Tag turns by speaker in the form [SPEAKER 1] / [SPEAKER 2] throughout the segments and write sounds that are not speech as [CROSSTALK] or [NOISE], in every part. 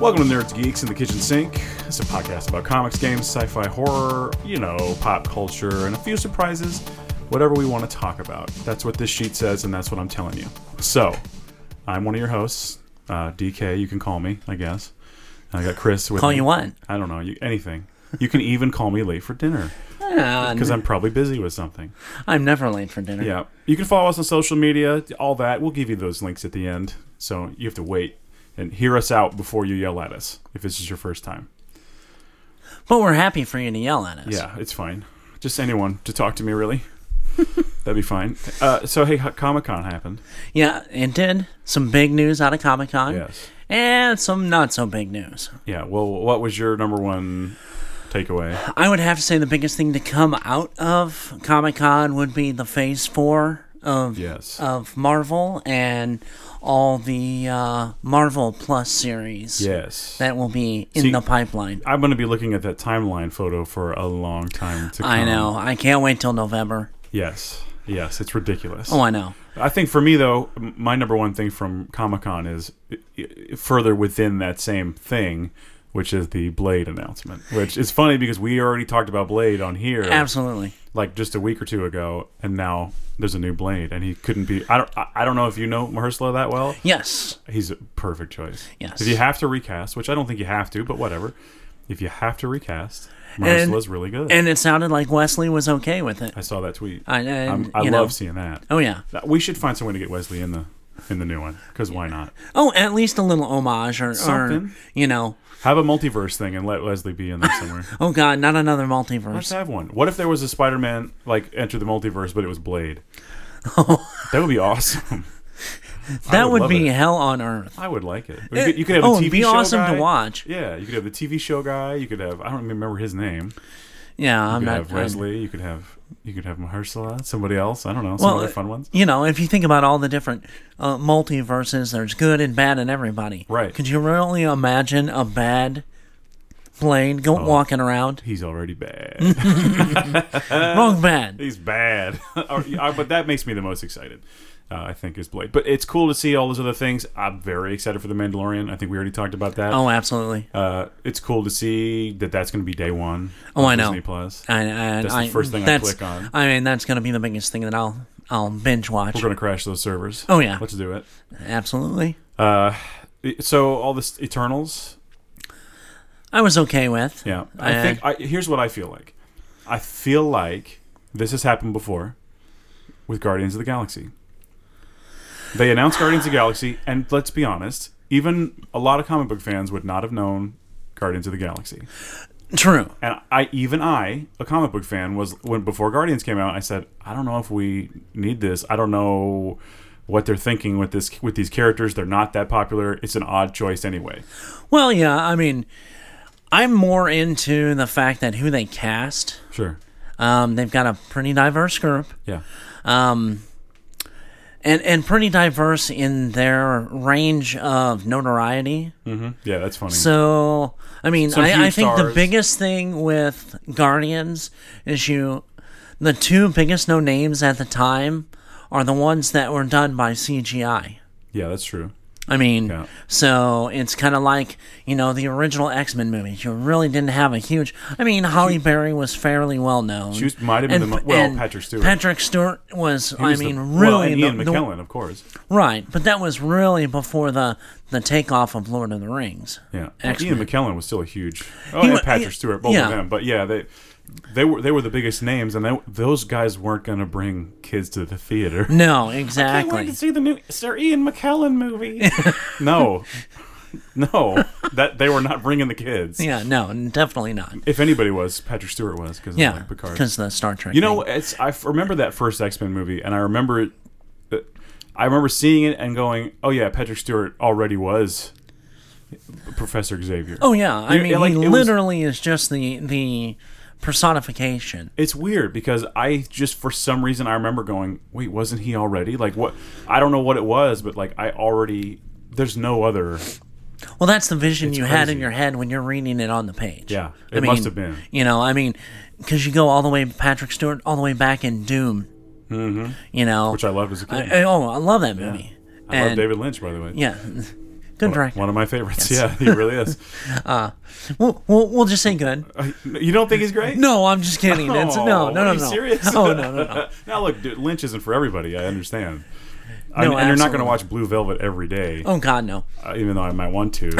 [SPEAKER 1] Welcome to Nerds Geeks in the Kitchen Sink. It's a podcast about comics, games, sci fi, horror, you know, pop culture, and a few surprises. Whatever we want to talk about. That's what this sheet says, and that's what I'm telling you. So, I'm one of your hosts, uh, DK. You can call me, I guess. And I got Chris with
[SPEAKER 2] Call
[SPEAKER 1] me.
[SPEAKER 2] you what?
[SPEAKER 1] I don't know, you, anything. You can even call me late for dinner because I'm probably busy with something.
[SPEAKER 2] Uh, I'm never late for dinner.
[SPEAKER 1] Yeah. You can follow us on social media, all that. We'll give you those links at the end. So you have to wait and hear us out before you yell at us if this is your first time.
[SPEAKER 2] But we're happy for you to yell at us.
[SPEAKER 1] Yeah, it's fine. Just anyone to talk to me,
[SPEAKER 2] [LAUGHS]
[SPEAKER 1] really. That'd be fine. Uh, so, hey, Comic Con happened.
[SPEAKER 2] Yeah, it did. Some big news out of Comic Con.
[SPEAKER 1] Yes.
[SPEAKER 2] And some not so big news.
[SPEAKER 1] Yeah. Well, what was your number one takeaway?
[SPEAKER 2] I would have to say the biggest thing to come out of Comic Con would be the phase four of
[SPEAKER 1] Yes.
[SPEAKER 2] of Marvel and all the uh, Marvel Plus series
[SPEAKER 1] Yes.
[SPEAKER 2] that will be in
[SPEAKER 1] See- uh,
[SPEAKER 2] the pipeline.
[SPEAKER 1] I'm going to be looking at that timeline photo for a long time to come.
[SPEAKER 2] I know. I can't wait till November.
[SPEAKER 1] Yes. Yes. It's ridiculous.
[SPEAKER 2] Oh, I know.
[SPEAKER 1] I think for me though, m- my number one thing from Comic Con is i- i- further within that same thing, which is the Blade announcement. Which is funny because we already talked about Blade on here,
[SPEAKER 2] Absolutely.
[SPEAKER 1] like just a week or two ago, and now there's a new Blade, and he couldn't be. I don't. I I don't know if you know Mahershala that well.
[SPEAKER 2] Yes.
[SPEAKER 1] He's a perfect choice.
[SPEAKER 2] Yes.
[SPEAKER 1] If you have to recast, which I don't think you have to, but whatever. If you have to recast,
[SPEAKER 2] And-
[SPEAKER 1] Mahershala's really good.
[SPEAKER 2] And it sounded like Wesley was okay with it.
[SPEAKER 1] I saw that tweet.
[SPEAKER 2] I- and,
[SPEAKER 1] I'm- I
[SPEAKER 2] you
[SPEAKER 1] love
[SPEAKER 2] know.
[SPEAKER 1] seeing that.
[SPEAKER 2] Oh, yeah.
[SPEAKER 1] That- We should find some way to get Wesley in the in the new one because why not?
[SPEAKER 2] Oh, at least a little homage or, or
[SPEAKER 1] Something.
[SPEAKER 2] you know,
[SPEAKER 1] Have a multiverse thing and let Leslie be in there
[SPEAKER 2] [LAUGHS]
[SPEAKER 1] somewhere.
[SPEAKER 2] oh god, not another
[SPEAKER 1] Let's
[SPEAKER 2] multiverse.
[SPEAKER 1] have one. What if there was a Spider-Man like enter the multiverse, but it was
[SPEAKER 2] [LAUGHS]
[SPEAKER 1] Blade? that would be awesome.
[SPEAKER 2] That
[SPEAKER 1] would
[SPEAKER 2] would,
[SPEAKER 1] love
[SPEAKER 2] be
[SPEAKER 1] it.
[SPEAKER 2] hell on earth.
[SPEAKER 1] I would like it. You could, you could have
[SPEAKER 2] oh,
[SPEAKER 1] a
[SPEAKER 2] it'd
[SPEAKER 1] TV
[SPEAKER 2] be
[SPEAKER 1] show
[SPEAKER 2] awesome
[SPEAKER 1] guy.
[SPEAKER 2] to watch.
[SPEAKER 1] Yeah, you could have the TV show guy. You could have I don't even remember his name.
[SPEAKER 2] Yeah,
[SPEAKER 1] You
[SPEAKER 2] I'm
[SPEAKER 1] could
[SPEAKER 2] not.
[SPEAKER 1] have Leslie. You could have you could have Mahershala. Somebody else. I don't know. Some
[SPEAKER 2] Well, uh,
[SPEAKER 1] other fun ones.
[SPEAKER 2] You know, if you think about all the different uh, multiverses, there's good and bad in everybody.
[SPEAKER 1] Right.
[SPEAKER 2] Could you really imagine a bad blade
[SPEAKER 1] Oh.
[SPEAKER 2] go walking around?
[SPEAKER 1] He's already
[SPEAKER 2] [LAUGHS]
[SPEAKER 1] bad. [LAUGHS]
[SPEAKER 2] Wrong bad.
[SPEAKER 1] He's bad. [LAUGHS] Or- I- but that makes me the most excited. Uh, I think is Blade. But it's cool to see all those other things. I'm very excited for the Mandalorian. I think we already talked about that.
[SPEAKER 2] Oh, absolutely.
[SPEAKER 1] Uh, it's cool to see that that's going to be day one.
[SPEAKER 2] Oh,
[SPEAKER 1] on
[SPEAKER 2] I know.
[SPEAKER 1] Disney Plus.
[SPEAKER 2] I, I, that's
[SPEAKER 1] the first thing I click on.
[SPEAKER 2] I mean, that's going to be the biggest thing that I'll I'll binge watch.
[SPEAKER 1] We're going to crash those servers.
[SPEAKER 2] Oh, yeah.
[SPEAKER 1] let's do it.
[SPEAKER 2] Absolutely.
[SPEAKER 1] Uh, it- so all this Eternals.
[SPEAKER 2] I was okay with.
[SPEAKER 1] Yeah, I
[SPEAKER 2] Uh,
[SPEAKER 1] think I, here's what I feel like. I feel like this has happened before with Guardians of the Galaxy. They announced Guardians of the Galaxy, and let's be honest, even a lot of comic book fans would not have known Guardians of the Galaxy.
[SPEAKER 2] True.
[SPEAKER 1] And I, even I, a comic book fan, was when before Guardians came out. I said, I don't know if we need this. I don't know what they're thinking with this with these characters. They're not that popular. It's an odd choice anyway.
[SPEAKER 2] Well, yeah, I mean, I'm more into the fact that who they cast.
[SPEAKER 1] Sure.
[SPEAKER 2] Um, they've got a pretty diverse group,
[SPEAKER 1] Yeah.
[SPEAKER 2] um, and and pretty diverse in their range of notoriety.
[SPEAKER 1] Yeah, that's funny.
[SPEAKER 2] So, I mean,
[SPEAKER 1] Hmm. Some
[SPEAKER 2] I, I
[SPEAKER 1] huge
[SPEAKER 2] think the
[SPEAKER 1] stars.
[SPEAKER 2] biggest thing with Guardians is you, the two biggest no names at the time are the ones that were done by CGI.
[SPEAKER 1] yeah, that's true.
[SPEAKER 2] I mean,
[SPEAKER 1] Yeah.
[SPEAKER 2] so it's kind of like you know the original X Men movies. You really didn't have a huge. I mean, Holly Berry was fairly well known.
[SPEAKER 1] She was- might have been the mo- well, Patrick Stewart.
[SPEAKER 2] Patrick Stewart was.
[SPEAKER 1] He
[SPEAKER 2] I
[SPEAKER 1] was the-
[SPEAKER 2] mean,
[SPEAKER 1] well,
[SPEAKER 2] really
[SPEAKER 1] and Ian
[SPEAKER 2] the, the-
[SPEAKER 1] McKellen, of course.
[SPEAKER 2] right? But that was really before the the takeoff of Lord of the Rings.
[SPEAKER 1] Yeah,
[SPEAKER 2] X-Men.
[SPEAKER 1] Ian McKellen was still a huge. Oh,
[SPEAKER 2] He
[SPEAKER 1] and
[SPEAKER 2] wa-
[SPEAKER 1] Patrick
[SPEAKER 2] he-
[SPEAKER 1] Stewart, both
[SPEAKER 2] yeah.
[SPEAKER 1] of them. But yeah, they they were they were the biggest names, and they, those guys weren't going to bring kids to the
[SPEAKER 2] [LAUGHS]
[SPEAKER 1] theater.
[SPEAKER 2] No,
[SPEAKER 1] I can't wait
[SPEAKER 2] exactly.
[SPEAKER 1] to see the new Sir Ian McKellen movie. [LAUGHS] no, no, that they were not bringing the kids.
[SPEAKER 2] Yeah, no, definitely not.
[SPEAKER 1] If anybody was, Patrick Stewart was because
[SPEAKER 2] Yeah,
[SPEAKER 1] like Picard.
[SPEAKER 2] because the Star Trek.
[SPEAKER 1] You know, it's I f- remember that first X Men movie, and I remember it. uh, I remember seeing it and going, "Oh yeah, Patrick Stewart already was Professor Xavier."
[SPEAKER 2] Oh yeah, I
[SPEAKER 1] You-
[SPEAKER 2] mean,
[SPEAKER 1] like,
[SPEAKER 2] he
[SPEAKER 1] it was-
[SPEAKER 2] literally is just the the personification.
[SPEAKER 1] it's weird because I just for some reason I remember going, "Wait, wasn't he already?" Like what? I don't know what it was, but like I already. There's no other.
[SPEAKER 2] Well, that's the vision you had in
[SPEAKER 1] crazy.
[SPEAKER 2] your head when you're reading it on the page.
[SPEAKER 1] Yeah, it must have been.
[SPEAKER 2] You know, I mean, because you go all the way Patrick Stewart, all the way back in Doom. Mm-hmm. You know,
[SPEAKER 1] Which I loved as a kid.
[SPEAKER 2] I- oh, I love that movie.
[SPEAKER 1] I love
[SPEAKER 2] Uh, And-
[SPEAKER 1] David Lynch, by the way.
[SPEAKER 2] Yeah, [LAUGHS] Good
[SPEAKER 1] One-
[SPEAKER 2] director.
[SPEAKER 1] One of my favorites. [LAUGHS] Yeah, he really is.
[SPEAKER 2] We'll, we'll, we'll just
[SPEAKER 1] [LAUGHS]
[SPEAKER 2] say good.
[SPEAKER 1] Uh, you don't think he's great?
[SPEAKER 2] [LAUGHS] No, I'm just
[SPEAKER 1] [LAUGHS]
[SPEAKER 2] kidding. It's,
[SPEAKER 1] Oh,
[SPEAKER 2] no, no, no,
[SPEAKER 1] are you
[SPEAKER 2] no.
[SPEAKER 1] serious?
[SPEAKER 2] Oh no,
[SPEAKER 1] [LAUGHS]
[SPEAKER 2] no, no.
[SPEAKER 1] now look, dude, Lynch isn't for everybody. I understand. I
[SPEAKER 2] No,
[SPEAKER 1] mean, and you're not going to
[SPEAKER 2] absolutely.
[SPEAKER 1] watch Blue Velvet every day,
[SPEAKER 2] Oh God, no.
[SPEAKER 1] uh, even though I might want
[SPEAKER 2] [LAUGHS]
[SPEAKER 1] to.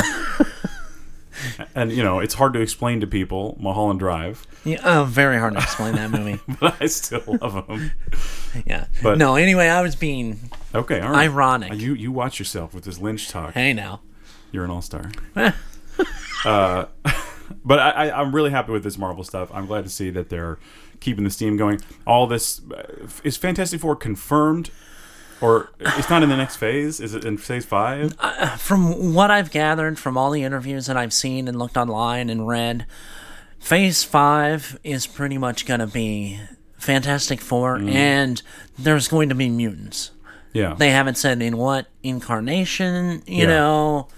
[SPEAKER 1] and you know, it's hard to explain to people Mulholland Drive, [LAUGHS]
[SPEAKER 2] Yeah, oh, very hard to explain that movie.
[SPEAKER 1] but I still love him.
[SPEAKER 2] Yeah.
[SPEAKER 1] But-
[SPEAKER 2] no. Anyway, I was being
[SPEAKER 1] Okay, all right.
[SPEAKER 2] Ironic.
[SPEAKER 1] Uh, You you watch yourself with this Lynch talk.
[SPEAKER 2] hey now.
[SPEAKER 1] You're an all star. [LAUGHS]
[SPEAKER 2] Eh.
[SPEAKER 1] But I, I, I'm really happy with this Marvel stuff. I'm glad to see that they're keeping the steam going. All this uh, is Fantastic Four confirmed, or it's not in the next phase. Is it in phase five?
[SPEAKER 2] Uh, From what I've gathered from all the interviews that I've seen and looked online and read, Phase Five is pretty much gonna be Fantastic Four,
[SPEAKER 1] Mm.
[SPEAKER 2] and there's going to be mutants.
[SPEAKER 1] yeah.
[SPEAKER 2] They haven't said in what incarnation, you
[SPEAKER 1] Yeah.
[SPEAKER 2] know,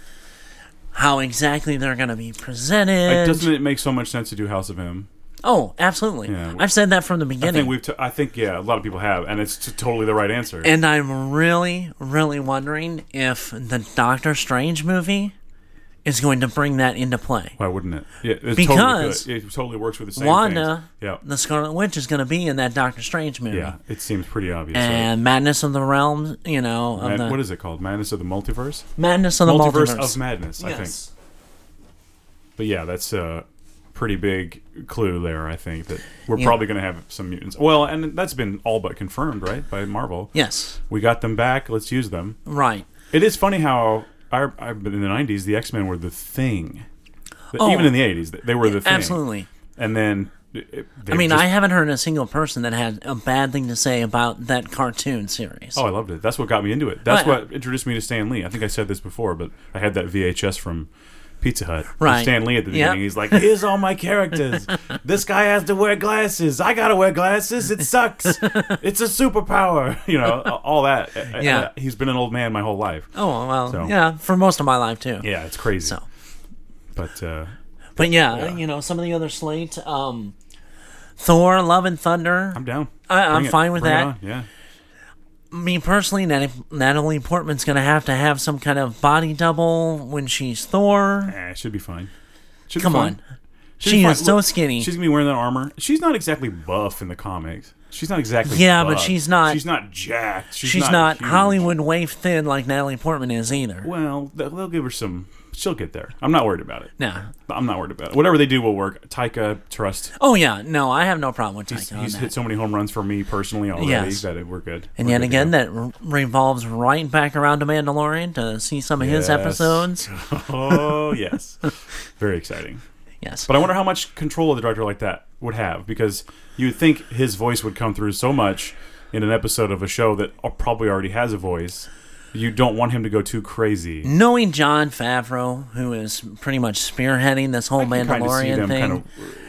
[SPEAKER 2] how exactly they're going to be
[SPEAKER 1] Like,
[SPEAKER 2] presented.
[SPEAKER 1] doesn't it make so much sense to do House of M?
[SPEAKER 2] oh, absolutely.
[SPEAKER 1] Yeah.
[SPEAKER 2] I've said that from the
[SPEAKER 1] I think
[SPEAKER 2] beginning.
[SPEAKER 1] we've. T- I think yeah, a lot of people have, and it's t- totally the right answer.
[SPEAKER 2] and I'm really, really wondering if the Doctor Strange movie is going to bring that into play.
[SPEAKER 1] Why wouldn't it? Yeah, it's
[SPEAKER 2] Because
[SPEAKER 1] totally good. it totally works with the same
[SPEAKER 2] Wanda,
[SPEAKER 1] things. Yeah,
[SPEAKER 2] the Scarlet Witch, is going to be in that Doctor Strange movie.
[SPEAKER 1] yeah. It seems pretty obvious. right?
[SPEAKER 2] And Madness of the Realms, you know, of
[SPEAKER 1] Mad-
[SPEAKER 2] the
[SPEAKER 1] what is it called? Madness of the Multiverse.
[SPEAKER 2] Madness of the
[SPEAKER 1] Multiverse,
[SPEAKER 2] Multiverse.
[SPEAKER 1] of Madness. I think.
[SPEAKER 2] yes.
[SPEAKER 1] But yeah, that's a pretty big clue there. I think that we're
[SPEAKER 2] Yeah.
[SPEAKER 1] probably going to have some mutants. Well, and that's been all but confirmed, right, by Marvel.
[SPEAKER 2] Yes.
[SPEAKER 1] We got them back. Let's use them.
[SPEAKER 2] Right.
[SPEAKER 1] It is funny how I, I in the '90s the X Men were the thing. The-
[SPEAKER 2] Oh.
[SPEAKER 1] Even in the '80s, th- they were the thing.
[SPEAKER 2] Absolutely.
[SPEAKER 1] And then, it- it- they
[SPEAKER 2] I mean,
[SPEAKER 1] just-
[SPEAKER 2] I haven't heard a single person that had a bad thing to say about that cartoon series.
[SPEAKER 1] Oh, I loved it. That's what got me into it. That's
[SPEAKER 2] Right.
[SPEAKER 1] what introduced me to Stan Lee. I think I said this before, but I had that VHS from Pizza Hut. And
[SPEAKER 2] Right.
[SPEAKER 1] Stan Lee at the
[SPEAKER 2] Yep.
[SPEAKER 1] beginning. He's like, "Here's all my
[SPEAKER 2] [LAUGHS]
[SPEAKER 1] characters. this guy has to wear glasses. I gotta wear glasses. It
[SPEAKER 2] [LAUGHS]
[SPEAKER 1] sucks. it's a superpower. [LAUGHS] You know, all that.
[SPEAKER 2] Yeah.
[SPEAKER 1] He's been an old man my whole life.
[SPEAKER 2] Oh, well,
[SPEAKER 1] So-
[SPEAKER 2] yeah, for most of my life too.
[SPEAKER 1] Yeah, it's crazy.
[SPEAKER 2] So.
[SPEAKER 1] But uh,
[SPEAKER 2] But yeah, you know, some of the other slate, um, Thor, Love and Thunder.
[SPEAKER 1] I'm down.
[SPEAKER 2] I- I'm
[SPEAKER 1] Bring it.
[SPEAKER 2] fine with
[SPEAKER 1] Bring it
[SPEAKER 2] that.
[SPEAKER 1] on. Yeah.
[SPEAKER 2] Me personally, Nat- Natalie Portman's gonna have to have some kind of body double when she's Thor.
[SPEAKER 1] Eh, it should be fine. Should be
[SPEAKER 2] Come
[SPEAKER 1] fine.
[SPEAKER 2] on,
[SPEAKER 1] Should
[SPEAKER 2] she
[SPEAKER 1] be fine.
[SPEAKER 2] is so
[SPEAKER 1] Look,
[SPEAKER 2] skinny.
[SPEAKER 1] She's gonna be wearing that armor. She's not exactly buff in the comics. She's not exactly.
[SPEAKER 2] Yeah, but
[SPEAKER 1] buff.
[SPEAKER 2] she's not-
[SPEAKER 1] She's not jacked. She's,
[SPEAKER 2] She's
[SPEAKER 1] not,
[SPEAKER 2] not,
[SPEAKER 1] huge.
[SPEAKER 2] Hollywood waif thin like Natalie Portman is either.
[SPEAKER 1] Well, they'll they'll give her some. She'll get there. I'm not worried about it.
[SPEAKER 2] No.
[SPEAKER 1] I'm not worried about it. Whatever they do will work. Taika, trust.
[SPEAKER 2] Oh yeah, no, I have no problem with Taika on
[SPEAKER 1] He's
[SPEAKER 2] that.
[SPEAKER 1] hit so many home runs for me personally already
[SPEAKER 2] Oh Yes.
[SPEAKER 1] that it- we're good.
[SPEAKER 2] And
[SPEAKER 1] We're
[SPEAKER 2] yet
[SPEAKER 1] good to
[SPEAKER 2] again,
[SPEAKER 1] go.
[SPEAKER 2] that re- revolves right back around to Mandalorian to see some of
[SPEAKER 1] Yes.
[SPEAKER 2] his episodes.
[SPEAKER 1] [LAUGHS] oh
[SPEAKER 2] [LAUGHS]
[SPEAKER 1] yes, very exciting.
[SPEAKER 2] Yes.
[SPEAKER 1] But I wonder how much control a director like that would have because you would think his voice would come through so much in an episode of a show that probably already has a voice. You don't want him to go too crazy.
[SPEAKER 2] Knowing John Favreau, who is pretty much spearheading this whole
[SPEAKER 1] You kind of see
[SPEAKER 2] Mandalorian
[SPEAKER 1] them
[SPEAKER 2] thing,
[SPEAKER 1] kind of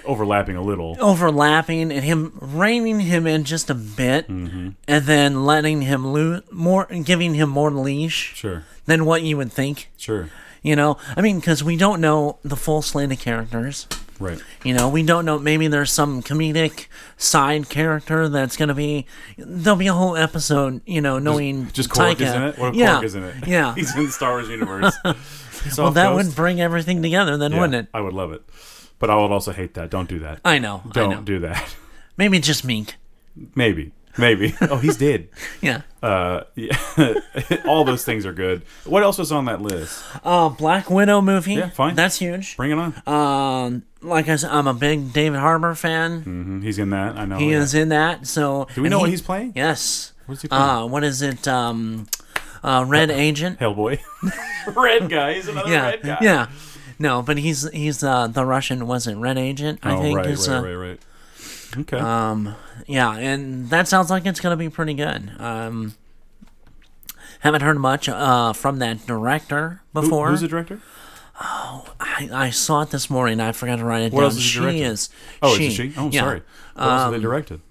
[SPEAKER 1] overlapping a little.
[SPEAKER 2] overlapping and him reining him in just a bit,
[SPEAKER 1] Mm-hmm.
[SPEAKER 2] and then letting him loo- more, giving him more leash
[SPEAKER 1] Sure,
[SPEAKER 2] than what you would think.
[SPEAKER 1] sure,
[SPEAKER 2] You know, I mean, because we don't know the full slate of characters.
[SPEAKER 1] right.
[SPEAKER 2] You know, we don't know. Maybe there's some comedic side character that's going to be. There'll be a whole episode, you know, knowing
[SPEAKER 1] Just Cork
[SPEAKER 2] Taika.
[SPEAKER 1] is in it. What if
[SPEAKER 2] yeah,
[SPEAKER 1] Cork is in it? [LAUGHS]
[SPEAKER 2] Yeah.
[SPEAKER 1] he's in the Star Wars universe.
[SPEAKER 2] [LAUGHS] well, that would bring everything together, then, wouldn't it?
[SPEAKER 1] I would love it, but I would also hate that. Don't do that.
[SPEAKER 2] I know.
[SPEAKER 1] don't
[SPEAKER 2] I know.
[SPEAKER 1] do that. [LAUGHS]
[SPEAKER 2] Maybe just Mink.
[SPEAKER 1] Maybe,
[SPEAKER 2] [LAUGHS]
[SPEAKER 1] maybe. Oh, he's dead. [LAUGHS]
[SPEAKER 2] Yeah.
[SPEAKER 1] Uh, yeah. all those things are good. What else was on that list?
[SPEAKER 2] Uh, Black Widow movie.
[SPEAKER 1] Yeah, fine.
[SPEAKER 2] That's huge.
[SPEAKER 1] Bring it on.
[SPEAKER 2] Um, like I said, I'm a big David Harbour fan.
[SPEAKER 1] Mhm, He's in that. I know.
[SPEAKER 2] He
[SPEAKER 1] yeah.
[SPEAKER 2] is in that. So
[SPEAKER 1] Do we
[SPEAKER 2] and
[SPEAKER 1] know
[SPEAKER 2] he-
[SPEAKER 1] what he's playing?
[SPEAKER 2] Yes.
[SPEAKER 1] What's he playing?
[SPEAKER 2] Uh, what is it? Um, uh, Red Agent.
[SPEAKER 1] Hellboy. [LAUGHS] red guy. He's another red guy.
[SPEAKER 2] [LAUGHS] yeah, yeah. No, but he's he's uh, the Russian wasn't Red Agent. I
[SPEAKER 1] Oh,
[SPEAKER 2] think
[SPEAKER 1] right,
[SPEAKER 2] is
[SPEAKER 1] right,
[SPEAKER 2] uh,
[SPEAKER 1] right, right. Okay.
[SPEAKER 2] yeah, and that sounds like it's gonna be pretty good. Um, haven't heard much uh, from that director
[SPEAKER 1] Who-
[SPEAKER 2] before.
[SPEAKER 1] who's the director?
[SPEAKER 2] I, I saw it this morning. I forgot to write it
[SPEAKER 1] What
[SPEAKER 2] down.
[SPEAKER 1] else is the
[SPEAKER 2] she
[SPEAKER 1] director?
[SPEAKER 2] is.
[SPEAKER 1] Oh,
[SPEAKER 2] she.
[SPEAKER 1] it's a she. Oh, I'm
[SPEAKER 2] yeah. Um,
[SPEAKER 1] sorry. What else did they directed?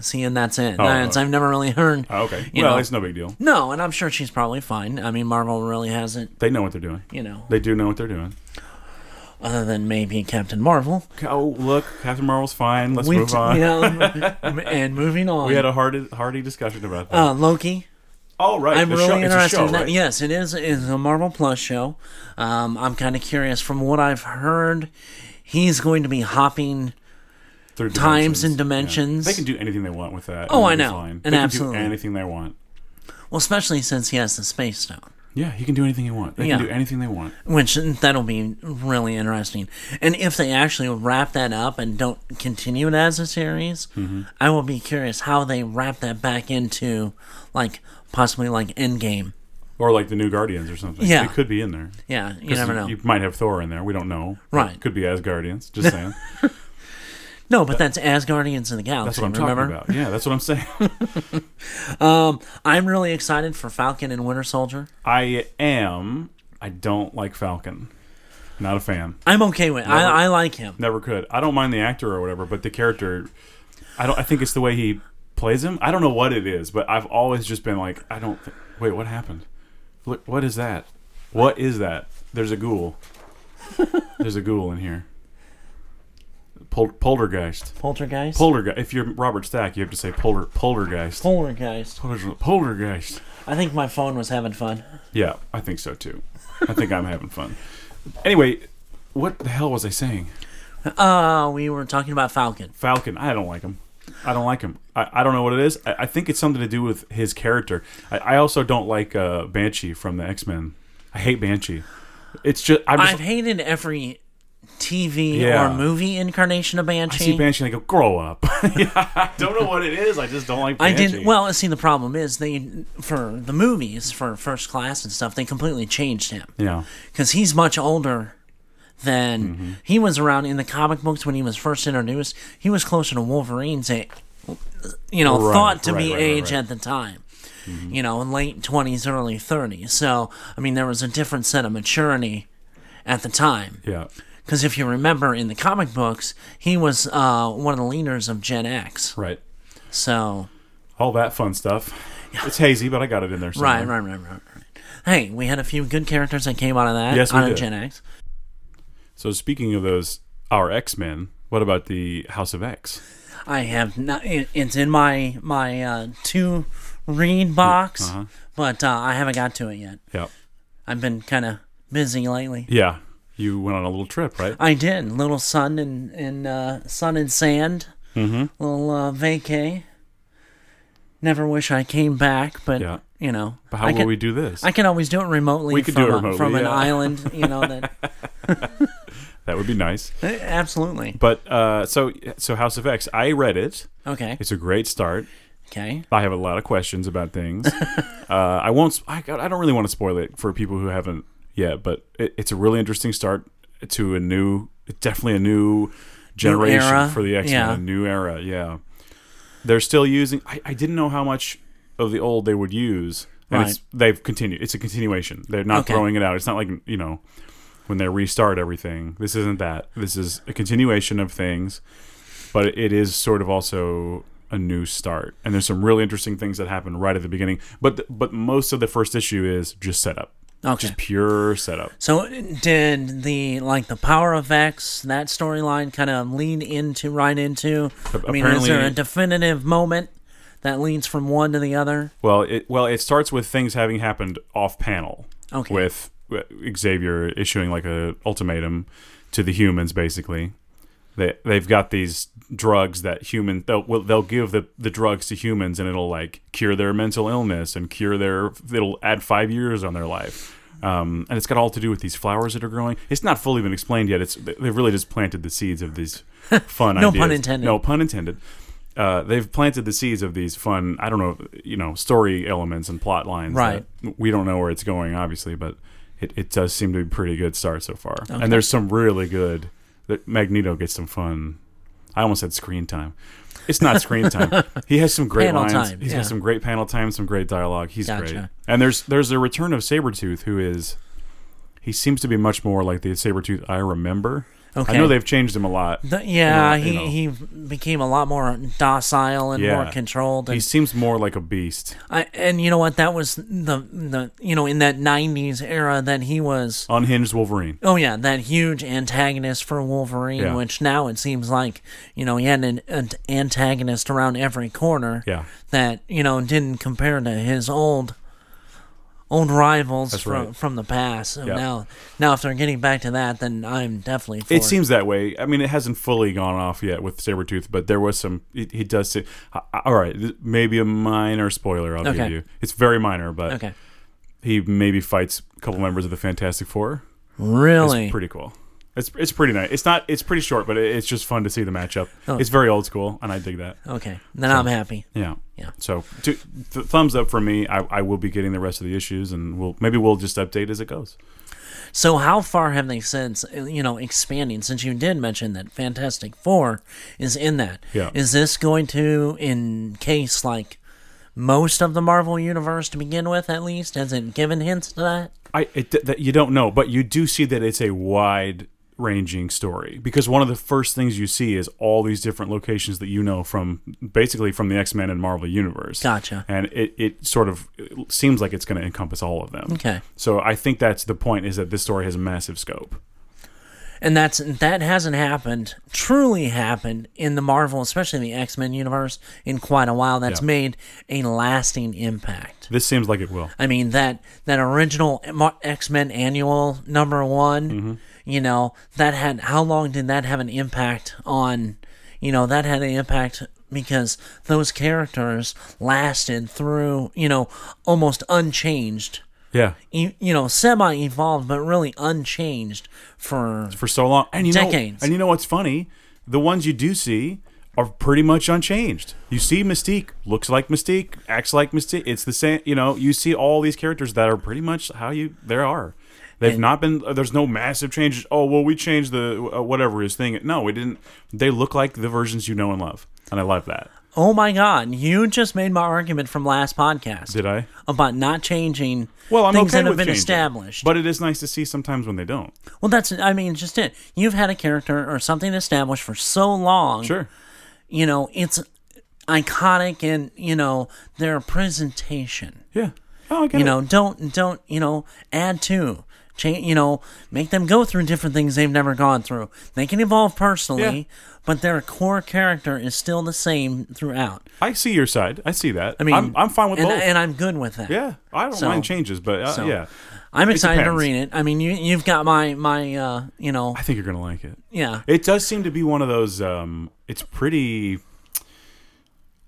[SPEAKER 2] See, and that's it.
[SPEAKER 1] Oh,
[SPEAKER 2] That's-
[SPEAKER 1] oh.
[SPEAKER 2] I've never really heard.
[SPEAKER 1] Oh, okay.
[SPEAKER 2] you
[SPEAKER 1] Well,
[SPEAKER 2] know.
[SPEAKER 1] it's no big deal.
[SPEAKER 2] No, and I'm sure she's probably fine. I mean, Marvel really hasn't,
[SPEAKER 1] They know what they're doing.
[SPEAKER 2] you know,
[SPEAKER 1] They do know what they're doing.
[SPEAKER 2] other than maybe Captain Marvel.
[SPEAKER 1] Oh, look, Captain Marvel's fine. Let's
[SPEAKER 2] We've- [LAUGHS]
[SPEAKER 1] move on. [LAUGHS]
[SPEAKER 2] you know, and moving on.
[SPEAKER 1] We had a hard, hearty discussion about that.
[SPEAKER 2] uh, Loki.
[SPEAKER 1] Oh right,
[SPEAKER 2] I'm
[SPEAKER 1] the show-
[SPEAKER 2] really
[SPEAKER 1] it's a
[SPEAKER 2] interested
[SPEAKER 1] show,
[SPEAKER 2] in that.
[SPEAKER 1] right?
[SPEAKER 2] Yes, it is. It's a Marvel Plus show. Um, I'm kind of curious. From what I've heard, he's going to be hopping.
[SPEAKER 1] Through
[SPEAKER 2] Times and
[SPEAKER 1] Yeah.
[SPEAKER 2] dimensions.
[SPEAKER 1] They can do anything they want with that.
[SPEAKER 2] Oh,
[SPEAKER 1] and it'll be
[SPEAKER 2] I know.
[SPEAKER 1] fine.
[SPEAKER 2] And
[SPEAKER 1] They can
[SPEAKER 2] absolutely.
[SPEAKER 1] do anything they want.
[SPEAKER 2] Well, especially since he has the space stone,
[SPEAKER 1] Yeah, he can do anything he wants. They
[SPEAKER 2] Yeah.
[SPEAKER 1] can do anything they want.
[SPEAKER 2] which that'll be really interesting. And if they actually wrap that up and don't continue it as a series,
[SPEAKER 1] Mm-hmm.
[SPEAKER 2] I will be curious how they wrap that back into, like possibly like Endgame.
[SPEAKER 1] Or like the new Guardians or something.
[SPEAKER 2] Yeah.
[SPEAKER 1] It could be in there.
[SPEAKER 2] Yeah, you never know.
[SPEAKER 1] You might have Thor in there. We don't know.
[SPEAKER 2] Right.
[SPEAKER 1] Could be as Guardians.
[SPEAKER 2] [LAUGHS]
[SPEAKER 1] Just saying.
[SPEAKER 2] no, but that's as Guardians of the Galaxy.
[SPEAKER 1] That's what I'm
[SPEAKER 2] remember?
[SPEAKER 1] talking about. Yeah, that's what I'm saying. [LAUGHS]
[SPEAKER 2] I'm really excited for Falcon and Winter Soldier.
[SPEAKER 1] I am. I don't like Falcon. Not a fan.
[SPEAKER 2] I'm okay with. I, I like him.
[SPEAKER 1] Never could. I don't mind the actor or whatever, but the character. I don't. I think it's the way he plays him. I don't know what it is, but I've always just been like, I don't. Th- wait, what happened? Look, what is that? What is that? There's a
[SPEAKER 2] [LAUGHS]
[SPEAKER 1] ghoul. There's a ghoul in here. Pol- poltergeist.
[SPEAKER 2] Poltergeist.
[SPEAKER 1] Poltergeist. If you're Robert Stack, you have to say polter- poltergeist.
[SPEAKER 2] Poltergeist.
[SPEAKER 1] Polter- poltergeist.
[SPEAKER 2] I think my phone was having fun.
[SPEAKER 1] Yeah, I think so too. I think I'm having fun. Anyway, what the hell was I saying?
[SPEAKER 2] Uh, we were talking about Falcon.
[SPEAKER 1] Falcon. I don't like him. I don't like him. I, I don't know what it is. I, I think it's something to do with his character. I, I also don't like uh, Banshee from the X Men. I hate Banshee. It's just I'm just,
[SPEAKER 2] I've hated every TV
[SPEAKER 1] Yeah.
[SPEAKER 2] or movie incarnation of
[SPEAKER 1] I
[SPEAKER 2] Banshee.
[SPEAKER 1] see Banshee and I go grow up. [LAUGHS] yeah, I don't know what it is. I just don't like.
[SPEAKER 2] I
[SPEAKER 1] Banshee.
[SPEAKER 2] didn't. Well, see, the problem is they for the movies for First Class and stuff they completely changed him
[SPEAKER 1] Yeah.
[SPEAKER 2] because he's much older than
[SPEAKER 1] Mm-hmm.
[SPEAKER 2] he was around in the comic books when he was first introduced. He was closer to Wolverine's, a- you know,
[SPEAKER 1] Right,
[SPEAKER 2] thought to
[SPEAKER 1] right,
[SPEAKER 2] be
[SPEAKER 1] right, right,
[SPEAKER 2] age
[SPEAKER 1] right. Mm-hmm.
[SPEAKER 2] at the time. You know, in late twenties, early thirties. So I mean, there was a different set of maturity at the time.
[SPEAKER 1] Yeah.
[SPEAKER 2] Because if you remember in the comic books, he was uh, one of the leaders of Gen X.
[SPEAKER 1] Right.
[SPEAKER 2] So,
[SPEAKER 1] All that fun stuff. It's hazy, but I got it in there. Somewhere.
[SPEAKER 2] right, right, right, right, right. Hey, we had a few good characters that came out of that
[SPEAKER 1] Yes, we
[SPEAKER 2] out of
[SPEAKER 1] did.
[SPEAKER 2] Gen X.
[SPEAKER 1] So speaking of those, our X Men. What about the House of X?
[SPEAKER 2] I have not. It, it's in my my uh, two read box,
[SPEAKER 1] uh-huh.
[SPEAKER 2] but uh, I haven't got to it yet.
[SPEAKER 1] Yeah.
[SPEAKER 2] I've been kind of busy lately.
[SPEAKER 1] Yeah. You went on a little trip, right?
[SPEAKER 2] I did little sun and and uh, sun and sand, mm-hmm. little uh, vacay. Never wish I came back, but
[SPEAKER 1] Yeah.
[SPEAKER 2] you know,
[SPEAKER 1] But how
[SPEAKER 2] I
[SPEAKER 1] will
[SPEAKER 2] could-
[SPEAKER 1] we do this?
[SPEAKER 2] I can always do it remotely.
[SPEAKER 1] We could
[SPEAKER 2] from,
[SPEAKER 1] do it
[SPEAKER 2] a-
[SPEAKER 1] remotely,
[SPEAKER 2] from an
[SPEAKER 1] yeah.
[SPEAKER 2] island, you know.
[SPEAKER 1] [LAUGHS]
[SPEAKER 2] That
[SPEAKER 1] that would be nice.
[SPEAKER 2] Eh, absolutely
[SPEAKER 1] But uh, so so House of X, I read it.
[SPEAKER 2] okay.
[SPEAKER 1] It's a great start.
[SPEAKER 2] Okay,
[SPEAKER 1] I have a lot of questions about things.
[SPEAKER 2] [LAUGHS]
[SPEAKER 1] uh, I won't. sp- I, I don't really want to spoil it for people who haven't yet. But it, it's a really interesting start to a new, definitely a new generation
[SPEAKER 2] era,
[SPEAKER 1] for the X Men.
[SPEAKER 2] yeah.
[SPEAKER 1] A new era. Yeah, they're still using. I, I didn't know how much of the old they would use. And it's, they've continued. It's a continuation. They're not
[SPEAKER 2] Okay.
[SPEAKER 1] throwing it out. It's not like you know when they restart everything. This isn't that. This is a continuation of things, but it is sort of also a new start. And there's some really interesting things that happen right at the beginning. But th- but most of the first issue is just setup,
[SPEAKER 2] okay.
[SPEAKER 1] just pure setup.
[SPEAKER 2] So did the like the Power of X that storyline kind of lean into right into? I mean, is there
[SPEAKER 1] apparently-
[SPEAKER 2] a definitive moment that leads from one to the other?
[SPEAKER 1] Well, it well it starts with things having happened off panel.
[SPEAKER 2] Okay.
[SPEAKER 1] With uh, Xavier issuing like a ultimatum to the humans, basically. They they've got these drugs that human they'll well, they'll give the the drugs to humans and it'll like cure their mental illness and cure their it'll add five years on their life. Um, and it's got all to do with these flowers that are growing. It's not fully been explained yet. It's they've really just planted the seeds of
[SPEAKER 2] [LAUGHS]
[SPEAKER 1] these fun
[SPEAKER 2] No
[SPEAKER 1] ideas.
[SPEAKER 2] pun intended.
[SPEAKER 1] No pun intended. Uh, they've planted the seeds of these fun, I don't know, you know, story elements and plot lines.
[SPEAKER 2] Right.
[SPEAKER 1] that we don't know where it's going, obviously, but it, it does seem to be a pretty good start so far. And there's some really good. That Magneto gets some fun. I almost said screen time. It's not
[SPEAKER 2] [LAUGHS]
[SPEAKER 1] screen time. he has some great
[SPEAKER 2] Panel
[SPEAKER 1] lines.
[SPEAKER 2] time,
[SPEAKER 1] He's
[SPEAKER 2] yeah.
[SPEAKER 1] got some great panel time, some great dialogue. He's great.
[SPEAKER 2] Gotcha.
[SPEAKER 1] And there's there's a return of Sabretooth who is he seems to be much more like the Sabretooth I remember. I
[SPEAKER 2] Okay.
[SPEAKER 1] know they've changed him a lot.
[SPEAKER 2] The- yeah,
[SPEAKER 1] You know-
[SPEAKER 2] he he became a lot more docile and
[SPEAKER 1] Yeah.
[SPEAKER 2] more controlled.
[SPEAKER 1] He
[SPEAKER 2] And,
[SPEAKER 1] seems more like a beast.
[SPEAKER 2] I, and you know what? That was the the you know in that '90s era that he was.
[SPEAKER 1] Unhinged Wolverine.
[SPEAKER 2] Oh yeah, that huge antagonist for Wolverine,
[SPEAKER 1] Yeah.
[SPEAKER 2] which now it seems like you know he had an, an antagonist around every corner.
[SPEAKER 1] Yeah.
[SPEAKER 2] That you know didn't compare to his old old rivals
[SPEAKER 1] That's
[SPEAKER 2] from
[SPEAKER 1] right.
[SPEAKER 2] from the past. So
[SPEAKER 1] Yeah.
[SPEAKER 2] Now, now if they're getting back to that, then I'm definitely. For
[SPEAKER 1] It seems that way. I mean, it hasn't fully gone off yet with Sabretooth, but there was some. He, he does say, I- I- all right, th- maybe a minor spoiler I'll give
[SPEAKER 2] Okay.
[SPEAKER 1] you. It's very minor, but
[SPEAKER 2] Okay.
[SPEAKER 1] he maybe fights a couple members of the Fantastic Four.
[SPEAKER 2] Really.
[SPEAKER 1] It's pretty cool. It's, it's pretty nice. It's not. It's pretty short, but it, it's just fun to see the matchup.
[SPEAKER 2] Oh.
[SPEAKER 1] It's very old school, and I dig that.
[SPEAKER 2] okay. Then I'm happy.
[SPEAKER 1] Yeah.
[SPEAKER 2] Yeah.
[SPEAKER 1] So two, th- thumbs up for me. I, I will be getting the rest of the issues, and we'll maybe we'll just update as it goes.
[SPEAKER 2] So how far have they since uh, you know expanding? Since you did mention that Fantastic Four is in that, is
[SPEAKER 1] Yeah.
[SPEAKER 2] this going to in case like most of the Marvel universe to begin with at least has it given hints to that?
[SPEAKER 1] I it, th- that you don't know, but you do see that it's a wide ranging story because one of the first things you see is all these different locations that you know from basically from the X-Men and Marvel universe.
[SPEAKER 2] Gotcha.
[SPEAKER 1] And it, it sort of it seems like it's going to encompass all of them.
[SPEAKER 2] Okay.
[SPEAKER 1] So I think that's the point is that this story has a massive scope.
[SPEAKER 2] And that's that hasn't happened, truly happened in the Marvel, especially the X Men universe, in quite a while. That's
[SPEAKER 1] Yeah.
[SPEAKER 2] made a lasting impact.
[SPEAKER 1] This seems like it will.
[SPEAKER 2] I mean that that original X Men annual number one, you know that had how long did that have an impact on? You know that had an impact because those characters lasted through you know almost unchanged,
[SPEAKER 1] Yeah.
[SPEAKER 2] e- you know semi evolved but really unchanged for
[SPEAKER 1] For so long. And you
[SPEAKER 2] Decades.
[SPEAKER 1] know and you know what's funny? The ones you do see are pretty much unchanged. You see Mystique, looks like Mystique, acts like Mystique. It's the same, you know, you see all these characters that are pretty much how you there are. They've not been there's no massive changes. Oh, well we changed the uh, whatever his thing. No, we didn't. They look like the versions you know and love. And I love that.
[SPEAKER 2] Oh my God! You just made my argument from last podcast
[SPEAKER 1] Did I?
[SPEAKER 2] about not changing
[SPEAKER 1] Well, I'm
[SPEAKER 2] things
[SPEAKER 1] okay
[SPEAKER 2] that have
[SPEAKER 1] with
[SPEAKER 2] been
[SPEAKER 1] changing,
[SPEAKER 2] established.
[SPEAKER 1] But it is nice to see sometimes when they don't.
[SPEAKER 2] well, that's I mean, just it. You've had a character or something established for so long.
[SPEAKER 1] Sure.
[SPEAKER 2] You know, it's iconic, and you know their presentation.
[SPEAKER 1] Yeah. Oh, I get
[SPEAKER 2] You
[SPEAKER 1] it.
[SPEAKER 2] know, don't don't you know add to. Change, you know, make them go through different things they've never gone through. They can evolve personally, but their core character is still the same throughout.
[SPEAKER 1] I see your side. I see that. I
[SPEAKER 2] mean,
[SPEAKER 1] mean, I'm, I'm fine with
[SPEAKER 2] and,
[SPEAKER 1] both.
[SPEAKER 2] and I'm good with that.
[SPEAKER 1] yeah, I don't
[SPEAKER 2] So-
[SPEAKER 1] mind changes, but uh,
[SPEAKER 2] So,
[SPEAKER 1] yeah,
[SPEAKER 2] I'm excited to
[SPEAKER 1] depends.
[SPEAKER 2] read it. I mean, you you've got my my uh, you know,
[SPEAKER 1] I think you're gonna like it.
[SPEAKER 2] yeah.
[SPEAKER 1] It does seem to be one of those. Um, it's pretty.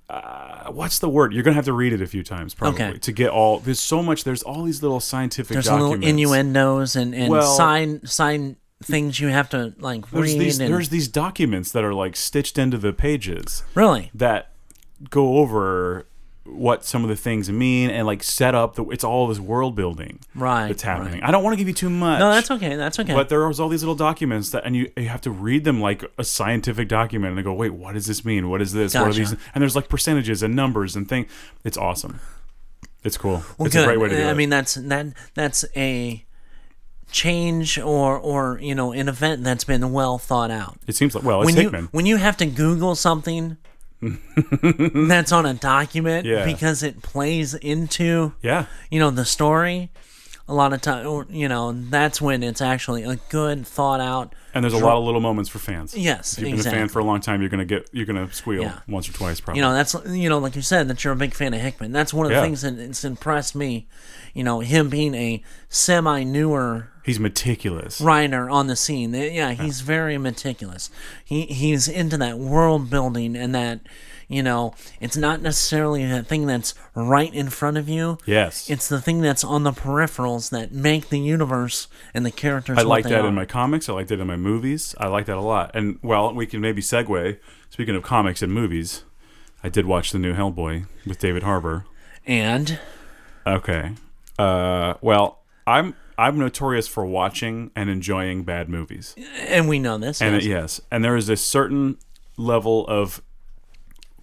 [SPEAKER 1] Uh, what's the word? You're gonna have to read it a few times probably
[SPEAKER 2] Okay.
[SPEAKER 1] to get all. There's so much. There's all these little scientific.
[SPEAKER 2] There's
[SPEAKER 1] documents.
[SPEAKER 2] little innuendos and and
[SPEAKER 1] Well-
[SPEAKER 2] sign sign things you have to like
[SPEAKER 1] There's
[SPEAKER 2] read
[SPEAKER 1] these.
[SPEAKER 2] and
[SPEAKER 1] There's these documents that are like stitched into the pages.
[SPEAKER 2] really
[SPEAKER 1] that go over what some of the things mean and like set up the it's all this world building
[SPEAKER 2] Right,
[SPEAKER 1] that's happening i don't want to give you too much
[SPEAKER 2] no, that's okay, that's okay.
[SPEAKER 1] but there was all these little documents that and you, you have to read them like a scientific document and go wait what does this mean what is this what are
[SPEAKER 2] Gotcha.
[SPEAKER 1] these and there's like percentages and numbers and things it's awesome it's cool it's a
[SPEAKER 2] Good.
[SPEAKER 1] great way to do
[SPEAKER 2] I
[SPEAKER 1] it
[SPEAKER 2] mean, that's that that's a change or or you know an event that's been well thought out.
[SPEAKER 1] it seems like well it's
[SPEAKER 2] When you
[SPEAKER 1] hickman
[SPEAKER 2] when you have to
[SPEAKER 1] [LAUGHS]
[SPEAKER 2] Google something that's on a document
[SPEAKER 1] Yeah.
[SPEAKER 2] because it plays into
[SPEAKER 1] yeah
[SPEAKER 2] you know the story a lot of time you know that's when it's actually a good thought out
[SPEAKER 1] and there's a lot of little moments for fans
[SPEAKER 2] Yes,
[SPEAKER 1] if you've been a
[SPEAKER 2] exactly.
[SPEAKER 1] fan for a long time you're gonna get you're gonna squeal
[SPEAKER 2] Yeah.
[SPEAKER 1] once or twice probably
[SPEAKER 2] you know that's you know like you said that you're a big fan of hickman that's one of the
[SPEAKER 1] Yeah.
[SPEAKER 2] things that it's impressed me you know him being a semi newer
[SPEAKER 1] he's meticulous
[SPEAKER 2] writer on the scene Eh, yeah he's very meticulous he he's into that world building and that you know it's not necessarily that thing that's right in front of you
[SPEAKER 1] yes
[SPEAKER 2] it's the thing that's on the peripherals that make the universe and the characters
[SPEAKER 1] I
[SPEAKER 2] what
[SPEAKER 1] like
[SPEAKER 2] they
[SPEAKER 1] that
[SPEAKER 2] are.
[SPEAKER 1] in my comics. I like that in my movies. I like that a lot. And well, we can maybe segue. Speaking of comics and movies, I did watch the new Hellboy with David Harbour.
[SPEAKER 2] and
[SPEAKER 1] Okay. Uh, well, I'm I'm notorious for watching and enjoying bad movies.
[SPEAKER 2] and we know this
[SPEAKER 1] And
[SPEAKER 2] yes.
[SPEAKER 1] it- yes, and there is a certain level of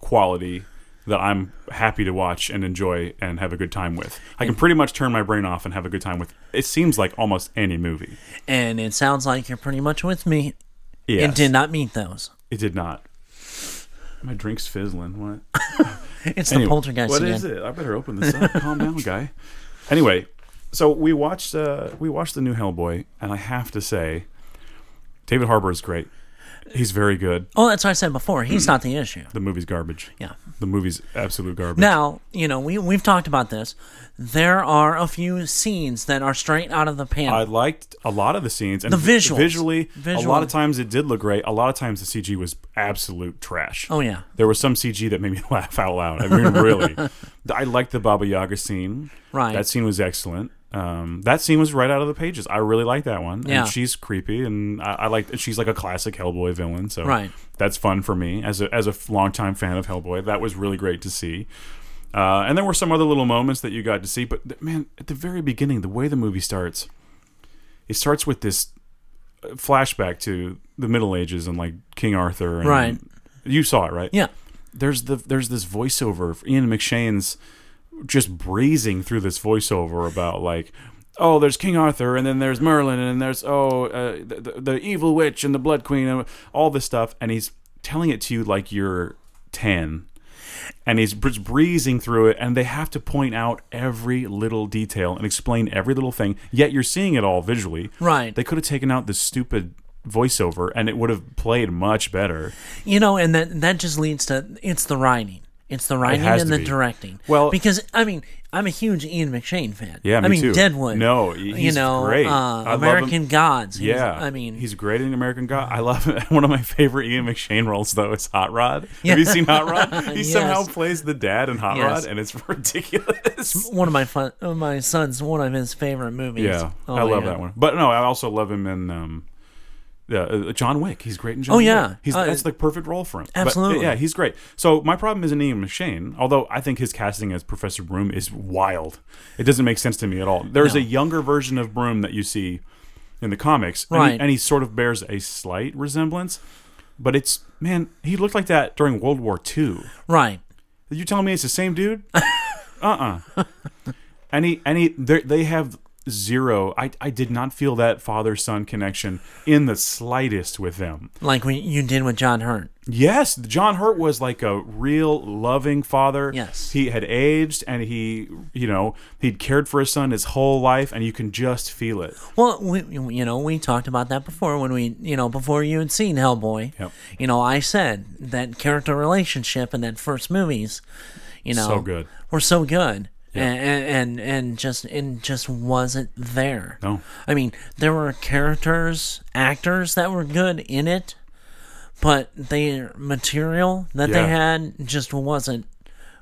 [SPEAKER 1] quality that I'm happy to watch and enjoy and have a good time with. I can pretty much turn my brain off and have a good time with. It seems like almost any movie.
[SPEAKER 2] and it sounds like you're pretty much with me
[SPEAKER 1] Yes.
[SPEAKER 2] and did not meet those.
[SPEAKER 1] It did not. My drink's fizzling. What?
[SPEAKER 2] It's
[SPEAKER 1] Anyway,
[SPEAKER 2] the poltergeist
[SPEAKER 1] What
[SPEAKER 2] again.
[SPEAKER 1] is it? I better open this up. Calm down, guy. Anyway, so we watched uh, we watched the new Hellboy, and I have to say, David Harbour is great. He's very good.
[SPEAKER 2] Oh, that's what I said before. He's not the issue.
[SPEAKER 1] The movie's garbage.
[SPEAKER 2] Yeah.
[SPEAKER 1] The movie's absolute garbage.
[SPEAKER 2] Now, you know, we, we've talked about this. There are a few scenes that are straight out of the panel.
[SPEAKER 1] I liked a lot of the scenes and
[SPEAKER 2] The
[SPEAKER 1] vi-
[SPEAKER 2] visuals.
[SPEAKER 1] Visually, a lot
[SPEAKER 2] Visual.
[SPEAKER 1] of times it did look great. A lot of times the CG was absolute trash.
[SPEAKER 2] oh, yeah.
[SPEAKER 1] There was some CG that made me [LAUGHS] laugh out loud. I mean,
[SPEAKER 2] [LAUGHS]
[SPEAKER 1] really. I liked the Baba Yaga scene.
[SPEAKER 2] Right.
[SPEAKER 1] That scene was excellent. Um, that scene was right out of the pages. I really like that one.
[SPEAKER 2] Yeah.
[SPEAKER 1] And she's creepy, and I, I like she's like a classic Hellboy villain. So
[SPEAKER 2] Right.
[SPEAKER 1] that's fun for me as a as a longtime fan of Hellboy. That was really great to see. Uh, and there were some other little moments that you got to see, but th- man, at the very beginning, the way the movie starts, it starts with this uh, flashback to the Middle Ages and like King Arthur. And
[SPEAKER 2] Right.
[SPEAKER 1] You saw it, right?
[SPEAKER 2] Yeah.
[SPEAKER 1] there's the there's this voiceover of Ian McShane's just breezing through this voiceover about like oh there's King Arthur and then there's Merlin and then there's oh uh, the, the, the evil witch and the blood queen and all this stuff and he's telling it to you like you're 10 and he's br- breezing through it and they have to point out every little detail and explain every little thing yet you're seeing it all visually
[SPEAKER 2] Right.
[SPEAKER 1] they could have taken out the stupid voiceover and it would have played much better
[SPEAKER 2] You know, and that that just leads to it's the writing. It's the writing
[SPEAKER 1] has
[SPEAKER 2] and
[SPEAKER 1] to
[SPEAKER 2] the
[SPEAKER 1] be.
[SPEAKER 2] directing.
[SPEAKER 1] Well-
[SPEAKER 2] because I mean, I'm a huge Ian McShane fan.
[SPEAKER 1] Yeah,
[SPEAKER 2] I
[SPEAKER 1] me
[SPEAKER 2] mean
[SPEAKER 1] too.
[SPEAKER 2] Deadwood.
[SPEAKER 1] No, he-
[SPEAKER 2] you
[SPEAKER 1] he's
[SPEAKER 2] know,
[SPEAKER 1] great. I
[SPEAKER 2] Uh,
[SPEAKER 1] love
[SPEAKER 2] American Gods. He's-
[SPEAKER 1] Yeah,
[SPEAKER 2] I mean,
[SPEAKER 1] he's great in American God. I love [LAUGHS] one of my favorite Ian McShane roles though is Hot Rod.
[SPEAKER 2] Yeah.
[SPEAKER 1] Have you seen Hot
[SPEAKER 2] [LAUGHS]
[SPEAKER 1] Rod? He
[SPEAKER 2] Yes.
[SPEAKER 1] somehow plays the dad in Hot
[SPEAKER 2] Yes.
[SPEAKER 1] Rod, and it's [LAUGHS] ridiculous.
[SPEAKER 2] one of my fun, uh, my son's one of his favorite movies.
[SPEAKER 1] Yeah,
[SPEAKER 2] Oh,
[SPEAKER 1] I love
[SPEAKER 2] yeah.
[SPEAKER 1] that one. But no, I also love him in um, yeah, uh, John Wick. He's great in John.
[SPEAKER 2] Oh, yeah.
[SPEAKER 1] Wick. he's
[SPEAKER 2] Uh,
[SPEAKER 1] that's the perfect role for him. But, uh,
[SPEAKER 2] absolutely.
[SPEAKER 1] yeah, he's great. So my problem isn't Ian McShane, although I think his casting as Professor Broom is wild. It doesn't make sense to me at all. There's
[SPEAKER 2] No.
[SPEAKER 1] a younger version of Broom that you see in the comics, and he-
[SPEAKER 2] Right.
[SPEAKER 1] and he, sort of bears a slight resemblance. But it's man, he looked like that during World War II.
[SPEAKER 2] Right.
[SPEAKER 1] You telling me it's the same
[SPEAKER 2] [LAUGHS]
[SPEAKER 1] dude? uh uh Any any they they have zero. I I did not feel that father son connection in the slightest with them.
[SPEAKER 2] Like we, you did with John Hurt.
[SPEAKER 1] Yes, John Hurt was like a real loving father.
[SPEAKER 2] Yes.
[SPEAKER 1] he had aged and he you know he'd cared for his son his whole life, and you can just feel it.
[SPEAKER 2] Well, we, you know, we talked about that before when we, you know, before you had seen Hellboy.
[SPEAKER 1] Yep.
[SPEAKER 2] You know, I said that character relationship in that first movies, you know,
[SPEAKER 1] So good.
[SPEAKER 2] were so good, and, and and just and just wasn't there.
[SPEAKER 1] No.
[SPEAKER 2] I mean, there were characters, actors that were good in it, but their material that
[SPEAKER 1] Yeah.
[SPEAKER 2] they had just wasn't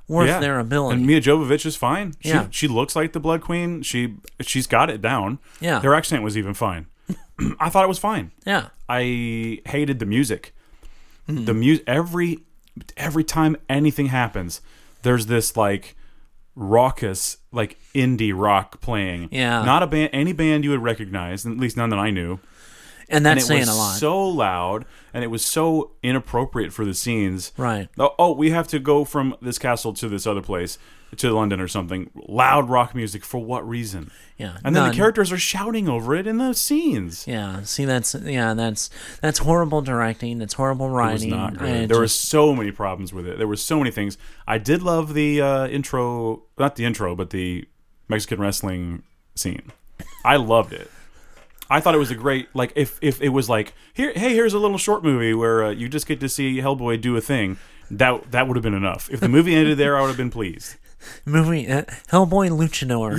[SPEAKER 2] worth
[SPEAKER 1] Yeah.
[SPEAKER 2] their ability.
[SPEAKER 1] And Mia Jovovich is fine. She,
[SPEAKER 2] Yeah.
[SPEAKER 1] she looks like the Blood Queen. She she's got it down.
[SPEAKER 2] Yeah.
[SPEAKER 1] her accent was even fine. [CLEARS THROAT] I thought it was fine.
[SPEAKER 2] yeah.
[SPEAKER 1] I hated the music.
[SPEAKER 2] Hmm.
[SPEAKER 1] The music every every time anything happens, there's this like raucous like indie rock playing.
[SPEAKER 2] Yeah.
[SPEAKER 1] not a band, any band you would recognize, at least none that I knew.
[SPEAKER 2] And
[SPEAKER 1] And
[SPEAKER 2] that's
[SPEAKER 1] it
[SPEAKER 2] saying
[SPEAKER 1] was
[SPEAKER 2] a lot.
[SPEAKER 1] so loud, and it was so inappropriate for the scenes.
[SPEAKER 2] Right.
[SPEAKER 1] Oh, oh, we have to go from this castle to this other place, to London or something. Loud rock music for what reason?
[SPEAKER 2] yeah.
[SPEAKER 1] And then
[SPEAKER 2] none.
[SPEAKER 1] the characters are shouting over it in the scenes.
[SPEAKER 2] Yeah, see that's yeah, that's that's horrible directing, that's horrible
[SPEAKER 1] was
[SPEAKER 2] writing.
[SPEAKER 1] not good.
[SPEAKER 2] and
[SPEAKER 1] There were
[SPEAKER 2] just-
[SPEAKER 1] so many problems with it. There were so many things. I did love the uh, intro, not the intro, but the Mexican wrestling scene. I loved it. I thought it was a great like if if it was like here hey here's a little short movie where uh, you just get to see Hellboy do a thing that that would have been enough. If the movie ended there, I would have been pleased.
[SPEAKER 2] movie uh, Hellboy Luchador.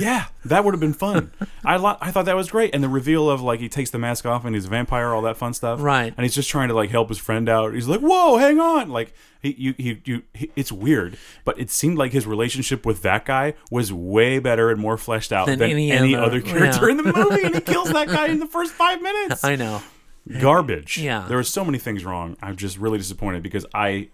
[SPEAKER 1] [LAUGHS] Yeah, that would have been fun. I lo- I thought that was great, and the reveal of like he takes the mask off and he's a vampire, all that fun stuff.
[SPEAKER 2] Right.
[SPEAKER 1] and he's just trying to like help his friend out. He's like, "Whoa, hang on!" Like he, you, he, you, he, it's weird, but it seemed like his relationship with that guy was way better and more fleshed out than,
[SPEAKER 2] Than
[SPEAKER 1] any,
[SPEAKER 2] any
[SPEAKER 1] other,
[SPEAKER 2] other-
[SPEAKER 1] character
[SPEAKER 2] yeah.
[SPEAKER 1] in the movie,
[SPEAKER 2] [LAUGHS]
[SPEAKER 1] and he kills that guy in the first five minutes.
[SPEAKER 2] I know.
[SPEAKER 1] Garbage.
[SPEAKER 2] Yeah.
[SPEAKER 1] there were so many things wrong. I'm just really disappointed because I,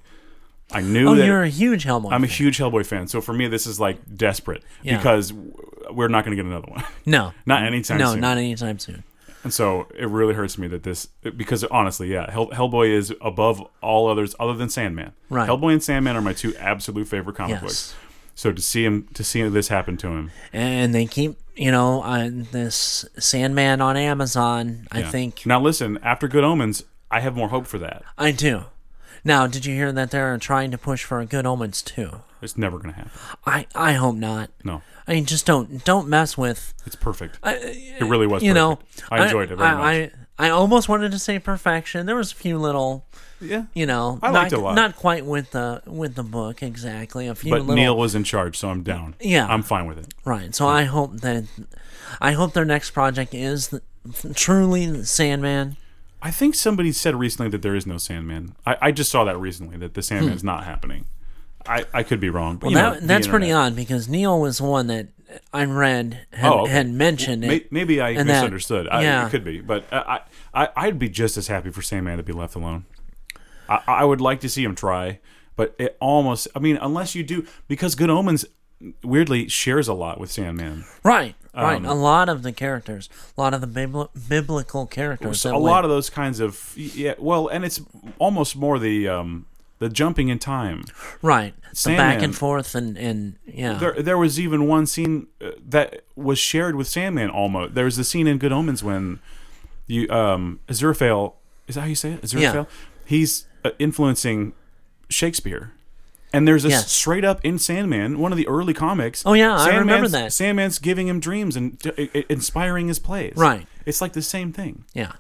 [SPEAKER 1] I knew
[SPEAKER 2] Oh,
[SPEAKER 1] that
[SPEAKER 2] you're a huge Hellboy.
[SPEAKER 1] I'm a
[SPEAKER 2] fan.
[SPEAKER 1] huge Hellboy fan, so for me, this is like desperate
[SPEAKER 2] Yeah.
[SPEAKER 1] because w- we're not going to get another one. [LAUGHS]
[SPEAKER 2] no.
[SPEAKER 1] Not anytime
[SPEAKER 2] no,
[SPEAKER 1] soon.
[SPEAKER 2] not anytime soon.
[SPEAKER 1] and so it really hurts me that this because honestly, yeah, Hell, Hellboy is above all others other than Sandman.
[SPEAKER 2] Right.
[SPEAKER 1] Hellboy and Sandman are my two absolute favorite comic
[SPEAKER 2] Yes.
[SPEAKER 1] books. So to see him to see this happen to him,
[SPEAKER 2] And they keep, you know, uh, this Sandman on Amazon, I
[SPEAKER 1] yeah.
[SPEAKER 2] think.
[SPEAKER 1] Now listen, after Good Omens, I have more hope for that.
[SPEAKER 2] I do. Now, did you hear that they're trying to push for a Good Omens too?
[SPEAKER 1] It's never going to happen.
[SPEAKER 2] I I hope not.
[SPEAKER 1] No,
[SPEAKER 2] I mean, just don't don't mess with
[SPEAKER 1] it's perfect. it really was.
[SPEAKER 2] you know
[SPEAKER 1] perfect. I enjoyed it very
[SPEAKER 2] I,
[SPEAKER 1] much.
[SPEAKER 2] I I almost wanted to say perfection. There was a few little,
[SPEAKER 1] Yeah.
[SPEAKER 2] you know,
[SPEAKER 1] I
[SPEAKER 2] not,
[SPEAKER 1] liked it a lot.
[SPEAKER 2] not quite with the with the book exactly. A few
[SPEAKER 1] But
[SPEAKER 2] little
[SPEAKER 1] Neil was in charge, so I'm down.
[SPEAKER 2] Yeah.
[SPEAKER 1] I'm fine with it.
[SPEAKER 2] Right. So I hope that I hope their next project is the, truly the Sandman.
[SPEAKER 1] I think somebody said recently that there is no Sandman. I, I just saw that recently that the Sandman's not happening. I, I could be wrong, but you know,
[SPEAKER 2] Hmm. That,
[SPEAKER 1] the
[SPEAKER 2] that's pretty
[SPEAKER 1] internet.
[SPEAKER 2] odd because Neil was the one that I read had,
[SPEAKER 1] Oh, okay.
[SPEAKER 2] had mentioned
[SPEAKER 1] May-
[SPEAKER 2] it.
[SPEAKER 1] Maybe I
[SPEAKER 2] And that-
[SPEAKER 1] misunderstood. I,
[SPEAKER 2] yeah.
[SPEAKER 1] It could be, but I, I, I- I'd be just as happy for Sandman to be left alone. I, I would like to see him try, but it almost. I mean, unless you do, because Good Omens weirdly shares a lot with Sandman.
[SPEAKER 2] Right. Right. a lot of the characters, a lot of the bibl- biblical characters.
[SPEAKER 1] So
[SPEAKER 2] that
[SPEAKER 1] a
[SPEAKER 2] went-
[SPEAKER 1] lot of those kinds of yeah. Well, and it's almost more the um, the jumping in time.
[SPEAKER 2] right. The back
[SPEAKER 1] Sandman.
[SPEAKER 2] and forth and and yeah.
[SPEAKER 1] There, there was even one scene uh, that was shared with Sandman. Almost there was the scene in Good Omens when you um Aziraphale is that how you say it? Aziraphale. He's uh, influencing Shakespeare, and there's a s-
[SPEAKER 2] Yes.
[SPEAKER 1] straight up in Sandman, one of the early comics.
[SPEAKER 2] Oh, yeah, I remember
[SPEAKER 1] Sandman's-
[SPEAKER 2] that.
[SPEAKER 1] Sandman's giving him dreams and t- i- i- inspiring his plays.
[SPEAKER 2] Right.
[SPEAKER 1] It's like the same thing,
[SPEAKER 2] yeah.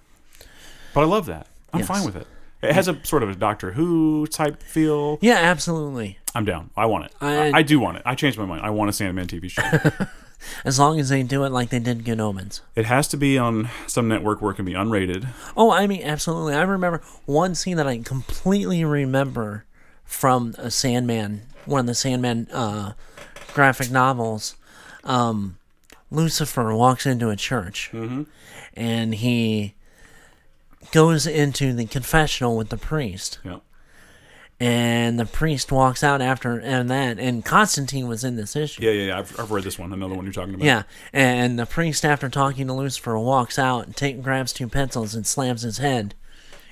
[SPEAKER 1] but I love that. I'm
[SPEAKER 2] Yes.
[SPEAKER 1] fine with it. It has a sort of a Doctor Who type feel.
[SPEAKER 2] Yeah, absolutely.
[SPEAKER 1] I'm down. I want it. I,
[SPEAKER 2] I-
[SPEAKER 1] I do want it. I changed my mind. I want a Sandman TV show.
[SPEAKER 2] As long as they do it like they did Good Omens.
[SPEAKER 1] It has to be on some network where it can be unrated.
[SPEAKER 2] Oh, I mean, absolutely. I remember one scene that I completely remember from a Sandman, one of the Sandman uh, graphic novels. Um, Lucifer walks into a church and he goes into the confessional with the priest.
[SPEAKER 1] Yeah.
[SPEAKER 2] And the priest walks out after and that. And Constantine was in this issue.
[SPEAKER 1] Yeah, yeah, yeah. I've, I've read this one. Another one you're talking about.
[SPEAKER 2] Yeah, and the priest, after talking to Lucifer, walks out and take, grabs two pencils and slams his head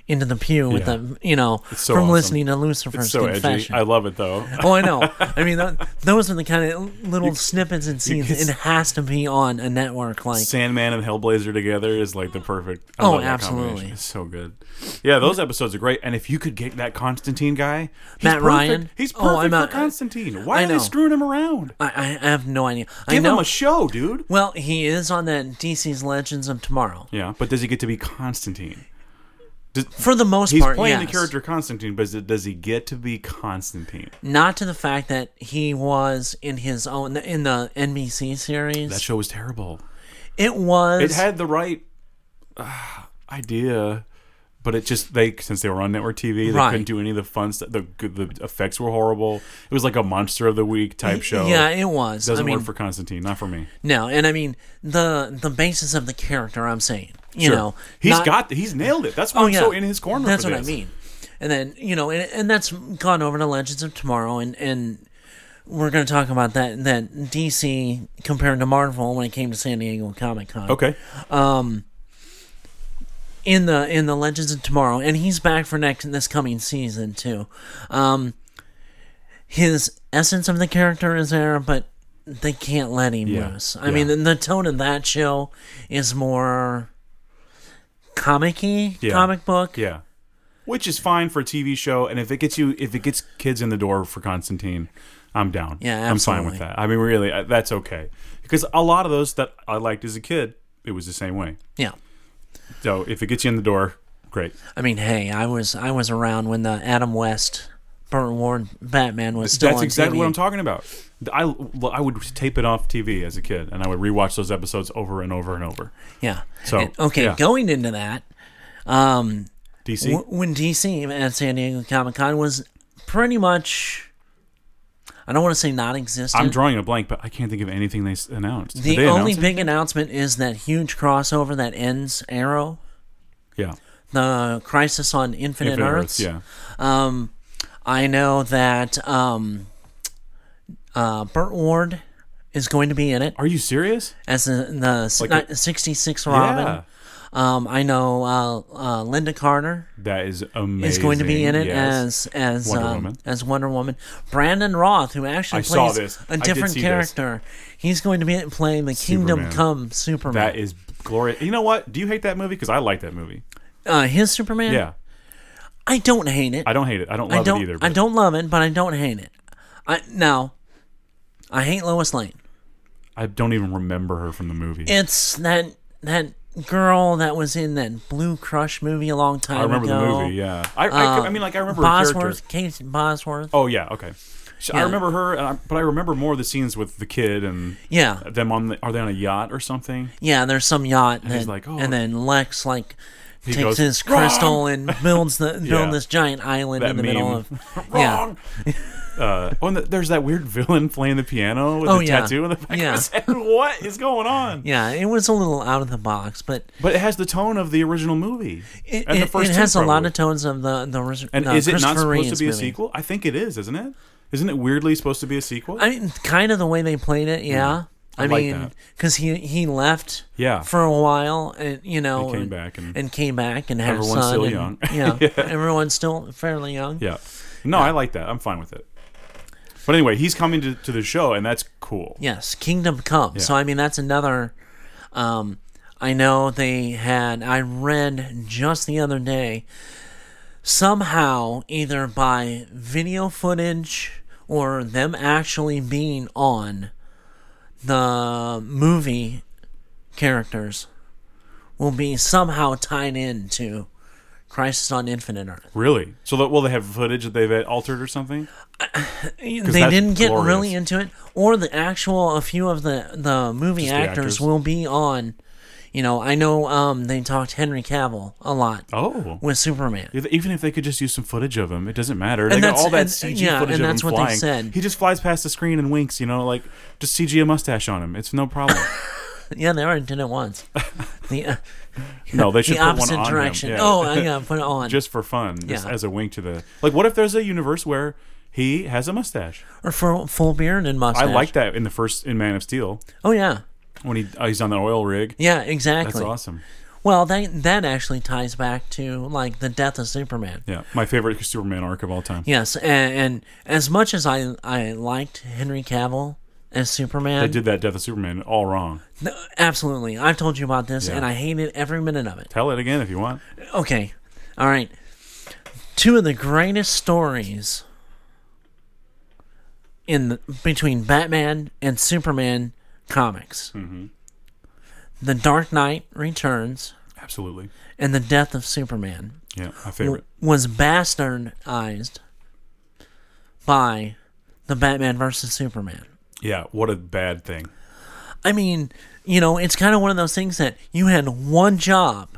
[SPEAKER 2] into the pew with
[SPEAKER 1] Yeah.
[SPEAKER 2] the you know
[SPEAKER 1] so
[SPEAKER 2] from
[SPEAKER 1] awesome.
[SPEAKER 2] listening to Lucifer's
[SPEAKER 1] So edgy.
[SPEAKER 2] confession.
[SPEAKER 1] I love it though.
[SPEAKER 2] [LAUGHS] oh, I know. I mean, th those are the kind of little snippets and scenes.
[SPEAKER 1] can s-
[SPEAKER 2] It has to be on a network like
[SPEAKER 1] [LAUGHS] Sandman and Hellblazer together is like the perfect. I
[SPEAKER 2] Oh,
[SPEAKER 1] love that
[SPEAKER 2] absolutely.
[SPEAKER 1] combination. It's so good. Yeah, those episodes are great. And if you could get that Constantine guy, he's
[SPEAKER 2] Matt
[SPEAKER 1] perfect.
[SPEAKER 2] Ryan?
[SPEAKER 1] he's
[SPEAKER 2] Oh,
[SPEAKER 1] perfect
[SPEAKER 2] I'm
[SPEAKER 1] for
[SPEAKER 2] out-
[SPEAKER 1] Constantine. Why
[SPEAKER 2] I
[SPEAKER 1] are they
[SPEAKER 2] know.
[SPEAKER 1] screwing him around?
[SPEAKER 2] I, I I have no idea. I
[SPEAKER 1] Give
[SPEAKER 2] know.
[SPEAKER 1] him a show, dude.
[SPEAKER 2] well, he is on that DC's Legends of Tomorrow
[SPEAKER 1] Yeah, but does he get to be Constantine?
[SPEAKER 2] for the most
[SPEAKER 1] He's
[SPEAKER 2] part.
[SPEAKER 1] playing the
[SPEAKER 2] yes.
[SPEAKER 1] character Constantine, but is it- does he get to be Constantine?
[SPEAKER 2] not to the fact that he was in his own in the NBC series.
[SPEAKER 1] That show was terrible.
[SPEAKER 2] it was
[SPEAKER 1] it had the right ah, idea but it just they since they were on network tv they
[SPEAKER 2] Right.
[SPEAKER 1] couldn't do any of the fun stuff the, the effects were horrible it was like a monster of the week type show
[SPEAKER 2] Yeah, it was.
[SPEAKER 1] doesn't
[SPEAKER 2] I mean,
[SPEAKER 1] work for constantine not for me
[SPEAKER 2] no, and I mean the the basis of the character. I'm saying, you
[SPEAKER 1] Sure.
[SPEAKER 2] know,
[SPEAKER 1] he's
[SPEAKER 2] not-
[SPEAKER 1] got he's nailed it that's why
[SPEAKER 2] Oh
[SPEAKER 1] i'm
[SPEAKER 2] yeah,
[SPEAKER 1] so in his corner
[SPEAKER 2] That's
[SPEAKER 1] for
[SPEAKER 2] what I
[SPEAKER 1] this.
[SPEAKER 2] mean. And then you know, and, and that's gone over to Legends of Tomorrow, and and we're going to talk about that that DC compared to Marvel when it came to San Diego Comic Con.
[SPEAKER 1] okay
[SPEAKER 2] in the in the Legends of Tomorrow, and he's back for next this coming season too. Um, his essence of the character is there, but they can't let him
[SPEAKER 1] Yeah,
[SPEAKER 2] loose. I
[SPEAKER 1] yeah.
[SPEAKER 2] mean, and the tone of that show is more comic-y,
[SPEAKER 1] Yeah.
[SPEAKER 2] comic book.
[SPEAKER 1] yeah which is fine for a tv show and if it gets you if it gets kids in the door for constantine i'm down
[SPEAKER 2] Yeah,
[SPEAKER 1] i'm fine with
[SPEAKER 2] absolutely.
[SPEAKER 1] that i mean really I- that's okay because a lot of those that i liked as a kid it was the same way
[SPEAKER 2] Yeah.
[SPEAKER 1] So if it gets you in the door, great.
[SPEAKER 2] I mean, hey, I was I was around when the Adam West, Burt Ward Batman was still
[SPEAKER 1] That's
[SPEAKER 2] on
[SPEAKER 1] exactly
[SPEAKER 2] TV.
[SPEAKER 1] what I'm talking about. I, I would tape it off TV as a kid, and I would rewatch those episodes over and over and over.
[SPEAKER 2] Yeah.
[SPEAKER 1] So,
[SPEAKER 2] And- okay,
[SPEAKER 1] yeah.
[SPEAKER 2] going into that, um,
[SPEAKER 1] DC,
[SPEAKER 2] W- when DC at San Diego Comic Con was pretty much, I don't want to say non-existent.
[SPEAKER 1] I'm drawing a blank, but I can't think of anything they s- announced. Did
[SPEAKER 2] the
[SPEAKER 1] they
[SPEAKER 2] only
[SPEAKER 1] announce
[SPEAKER 2] big announcement is that huge crossover that ends Arrow,
[SPEAKER 1] it? yeah,
[SPEAKER 2] the Crisis on Infinite,
[SPEAKER 1] Infinite
[SPEAKER 2] Earths.
[SPEAKER 1] yeah,
[SPEAKER 2] Um, I know that um, uh, Burt Ward is going to be in it
[SPEAKER 1] are you serious?
[SPEAKER 2] as the, the
[SPEAKER 1] Like a-
[SPEAKER 2] 66 Robin.
[SPEAKER 1] Yeah,
[SPEAKER 2] Um, I know uh, uh, Linda Carter
[SPEAKER 1] that is amazing.
[SPEAKER 2] is going to be in it
[SPEAKER 1] yes.
[SPEAKER 2] as as
[SPEAKER 1] Wonder
[SPEAKER 2] um,
[SPEAKER 1] Woman.
[SPEAKER 2] as Wonder Woman. Brandon Roth, who actually
[SPEAKER 1] I
[SPEAKER 2] plays
[SPEAKER 1] saw this. I
[SPEAKER 2] a
[SPEAKER 1] did
[SPEAKER 2] different
[SPEAKER 1] see this.
[SPEAKER 2] character, he's going to be playing the
[SPEAKER 1] Superman.
[SPEAKER 2] Kingdom Come Superman.
[SPEAKER 1] that is glorious. You know what? Do you hate that movie? Because I like that movie.
[SPEAKER 2] uh, his Superman.
[SPEAKER 1] Yeah,
[SPEAKER 2] I don't hate it.
[SPEAKER 1] I don't hate it. I don't love
[SPEAKER 2] I don't.
[SPEAKER 1] it either.
[SPEAKER 2] I
[SPEAKER 1] but-
[SPEAKER 2] don't love it, but I don't hate it. I now, I hate Lois Lane.
[SPEAKER 1] I don't even remember her from the movie.
[SPEAKER 2] It's that that girl that was in that Blue Crush movie a long time
[SPEAKER 1] I remember
[SPEAKER 2] ago.
[SPEAKER 1] the movie. Yeah, I, I,
[SPEAKER 2] Uh,
[SPEAKER 1] I mean, like I remember her character.
[SPEAKER 2] Bosworth, Kate Bosworth.
[SPEAKER 1] Oh yeah, okay. So I
[SPEAKER 2] Yeah.
[SPEAKER 1] remember her, and I, but I remember more of the scenes with the kid and
[SPEAKER 2] Yeah,
[SPEAKER 1] them on. The, are they on a yacht or something?
[SPEAKER 2] yeah. There's some yacht, and,
[SPEAKER 1] he's
[SPEAKER 2] then-
[SPEAKER 1] like, "Oh."
[SPEAKER 2] and then Lex like takes
[SPEAKER 1] goes,
[SPEAKER 2] his
[SPEAKER 1] "Wrong!"
[SPEAKER 2] crystal and builds the
[SPEAKER 1] [LAUGHS] Yeah.
[SPEAKER 2] build this giant island
[SPEAKER 1] That
[SPEAKER 2] in the
[SPEAKER 1] meme.
[SPEAKER 2] middle of [LAUGHS] yeah.
[SPEAKER 1] [LAUGHS] Wrong. Uh, oh, and the, there's that weird villain playing the piano with
[SPEAKER 2] Oh,
[SPEAKER 1] the
[SPEAKER 2] yeah.
[SPEAKER 1] tattoo in the back [LAUGHS]
[SPEAKER 2] Yeah.
[SPEAKER 1] of his head. What is going on?
[SPEAKER 2] Yeah, it was a little out of the box, but
[SPEAKER 1] But it has the tone of the original movie
[SPEAKER 2] it,
[SPEAKER 1] and the
[SPEAKER 2] it-
[SPEAKER 1] first.
[SPEAKER 2] it
[SPEAKER 1] two
[SPEAKER 2] has a lot
[SPEAKER 1] probably.
[SPEAKER 2] of tones of the the orig-
[SPEAKER 1] And
[SPEAKER 2] the
[SPEAKER 1] is it not
[SPEAKER 2] Christopher
[SPEAKER 1] supposed to
[SPEAKER 2] Reeves
[SPEAKER 1] be a
[SPEAKER 2] movie.
[SPEAKER 1] sequel? I think it is, isn't it? Isn't it weirdly supposed to be a sequel?
[SPEAKER 2] I mean, kind of the way they played it, yeah. I,
[SPEAKER 1] Hmm. like
[SPEAKER 2] mean,
[SPEAKER 1] that.
[SPEAKER 2] because he he left,
[SPEAKER 1] Yeah.
[SPEAKER 2] for a while, and you know,
[SPEAKER 1] He came
[SPEAKER 2] and,
[SPEAKER 1] back and-
[SPEAKER 2] came back and had
[SPEAKER 1] Everyone's
[SPEAKER 2] a son.
[SPEAKER 1] still
[SPEAKER 2] and-
[SPEAKER 1] young.
[SPEAKER 2] yeah,
[SPEAKER 1] [LAUGHS]
[SPEAKER 2] everyone's still fairly young.
[SPEAKER 1] yeah. No, I like that. I'm fine with it. But anyway, he's coming to, to the show, and that's cool.
[SPEAKER 2] Yes, Kingdom Come. So I mean, that's another. Um, I know they had. I read just the other day. Somehow, either by video footage or them actually being on the movie characters, will be somehow tied into Crisis on Infinite Earth.
[SPEAKER 1] Really? So, that, will they have footage that they've altered or something?
[SPEAKER 2] Uh, they
[SPEAKER 1] that's
[SPEAKER 2] didn't get
[SPEAKER 1] glorious.
[SPEAKER 2] really into it, or the actual a few of the the movie
[SPEAKER 1] the
[SPEAKER 2] actors,
[SPEAKER 1] actors.
[SPEAKER 2] will be on. You know, I know um, they talked Henry Cavill a lot
[SPEAKER 1] Oh.
[SPEAKER 2] with Superman.
[SPEAKER 1] If- Even if they could just use some footage of him, it doesn't matter. they
[SPEAKER 2] And
[SPEAKER 1] got
[SPEAKER 2] that's-
[SPEAKER 1] all that
[SPEAKER 2] and-
[SPEAKER 1] CG
[SPEAKER 2] yeah,
[SPEAKER 1] footage
[SPEAKER 2] and
[SPEAKER 1] of
[SPEAKER 2] that's
[SPEAKER 1] him
[SPEAKER 2] what they
[SPEAKER 1] flying.
[SPEAKER 2] said.
[SPEAKER 1] He just flies past the screen and winks, you know, like just CG a mustache on him. It's no problem.
[SPEAKER 2] [LAUGHS] Yeah, they already did
[SPEAKER 1] [LAUGHS]
[SPEAKER 2] it once. the uh,
[SPEAKER 1] no, they should
[SPEAKER 2] the
[SPEAKER 1] put one
[SPEAKER 2] opposite
[SPEAKER 1] on
[SPEAKER 2] direction.
[SPEAKER 1] him. Yeah.
[SPEAKER 2] Oh, I gotta put it on.
[SPEAKER 1] just for fun, just
[SPEAKER 2] Yeah.
[SPEAKER 1] as a wink to the like. What if there's a universe where he has a mustache?
[SPEAKER 2] or for full beard and
[SPEAKER 1] I
[SPEAKER 2] mustache.
[SPEAKER 1] like that in the first in Man of Steel
[SPEAKER 2] Oh yeah,
[SPEAKER 1] when he uh, he's on the oil rig.
[SPEAKER 2] yeah, exactly.
[SPEAKER 1] That's awesome.
[SPEAKER 2] Well, that that actually ties back to like the death of Superman.
[SPEAKER 1] Yeah, my favorite Superman arc of all time.
[SPEAKER 2] Yes, and, and as much as I I liked Henry Cavill as Superman,
[SPEAKER 1] They did that Death of Superman all wrong.
[SPEAKER 2] No, absolutely. I've told you about this,
[SPEAKER 1] Yeah.
[SPEAKER 2] and I hated every minute of it.
[SPEAKER 1] Tell it again if you want.
[SPEAKER 2] Okay. All right. Two of the greatest stories in the, between Batman and Superman comics. Mm-hmm. The Dark Knight Returns
[SPEAKER 1] Absolutely.
[SPEAKER 2] and the Death of Superman
[SPEAKER 1] Yeah, my favorite.
[SPEAKER 2] was bastardized by the Batman versus Superman.
[SPEAKER 1] Yeah, what a bad thing.
[SPEAKER 2] I mean, you know, it's kind of one of those things that you had one job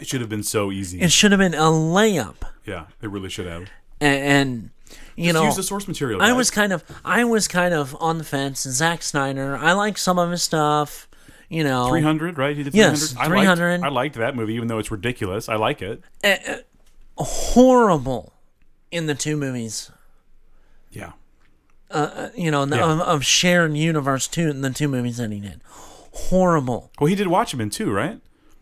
[SPEAKER 1] It should have been so easy.
[SPEAKER 2] It should have been a layup,
[SPEAKER 1] yeah, it really should have.
[SPEAKER 2] and, and you know,
[SPEAKER 1] Use the source material.
[SPEAKER 2] I
[SPEAKER 1] guys.
[SPEAKER 2] was kind of, I was kind of on the fence. Zack Snyder, I like some of his stuff, you know,
[SPEAKER 1] 300, right? He did 300.
[SPEAKER 2] Yes,
[SPEAKER 1] I liked-
[SPEAKER 2] 300.
[SPEAKER 1] I liked, that movie, even though it's ridiculous. I like it.
[SPEAKER 2] horrible in the two movies, uh,
[SPEAKER 1] Yeah.
[SPEAKER 2] you know,
[SPEAKER 1] Yeah.
[SPEAKER 2] of, of shared universe two in the two movies that he did, horrible.
[SPEAKER 1] Well, he did Watchmen too, right?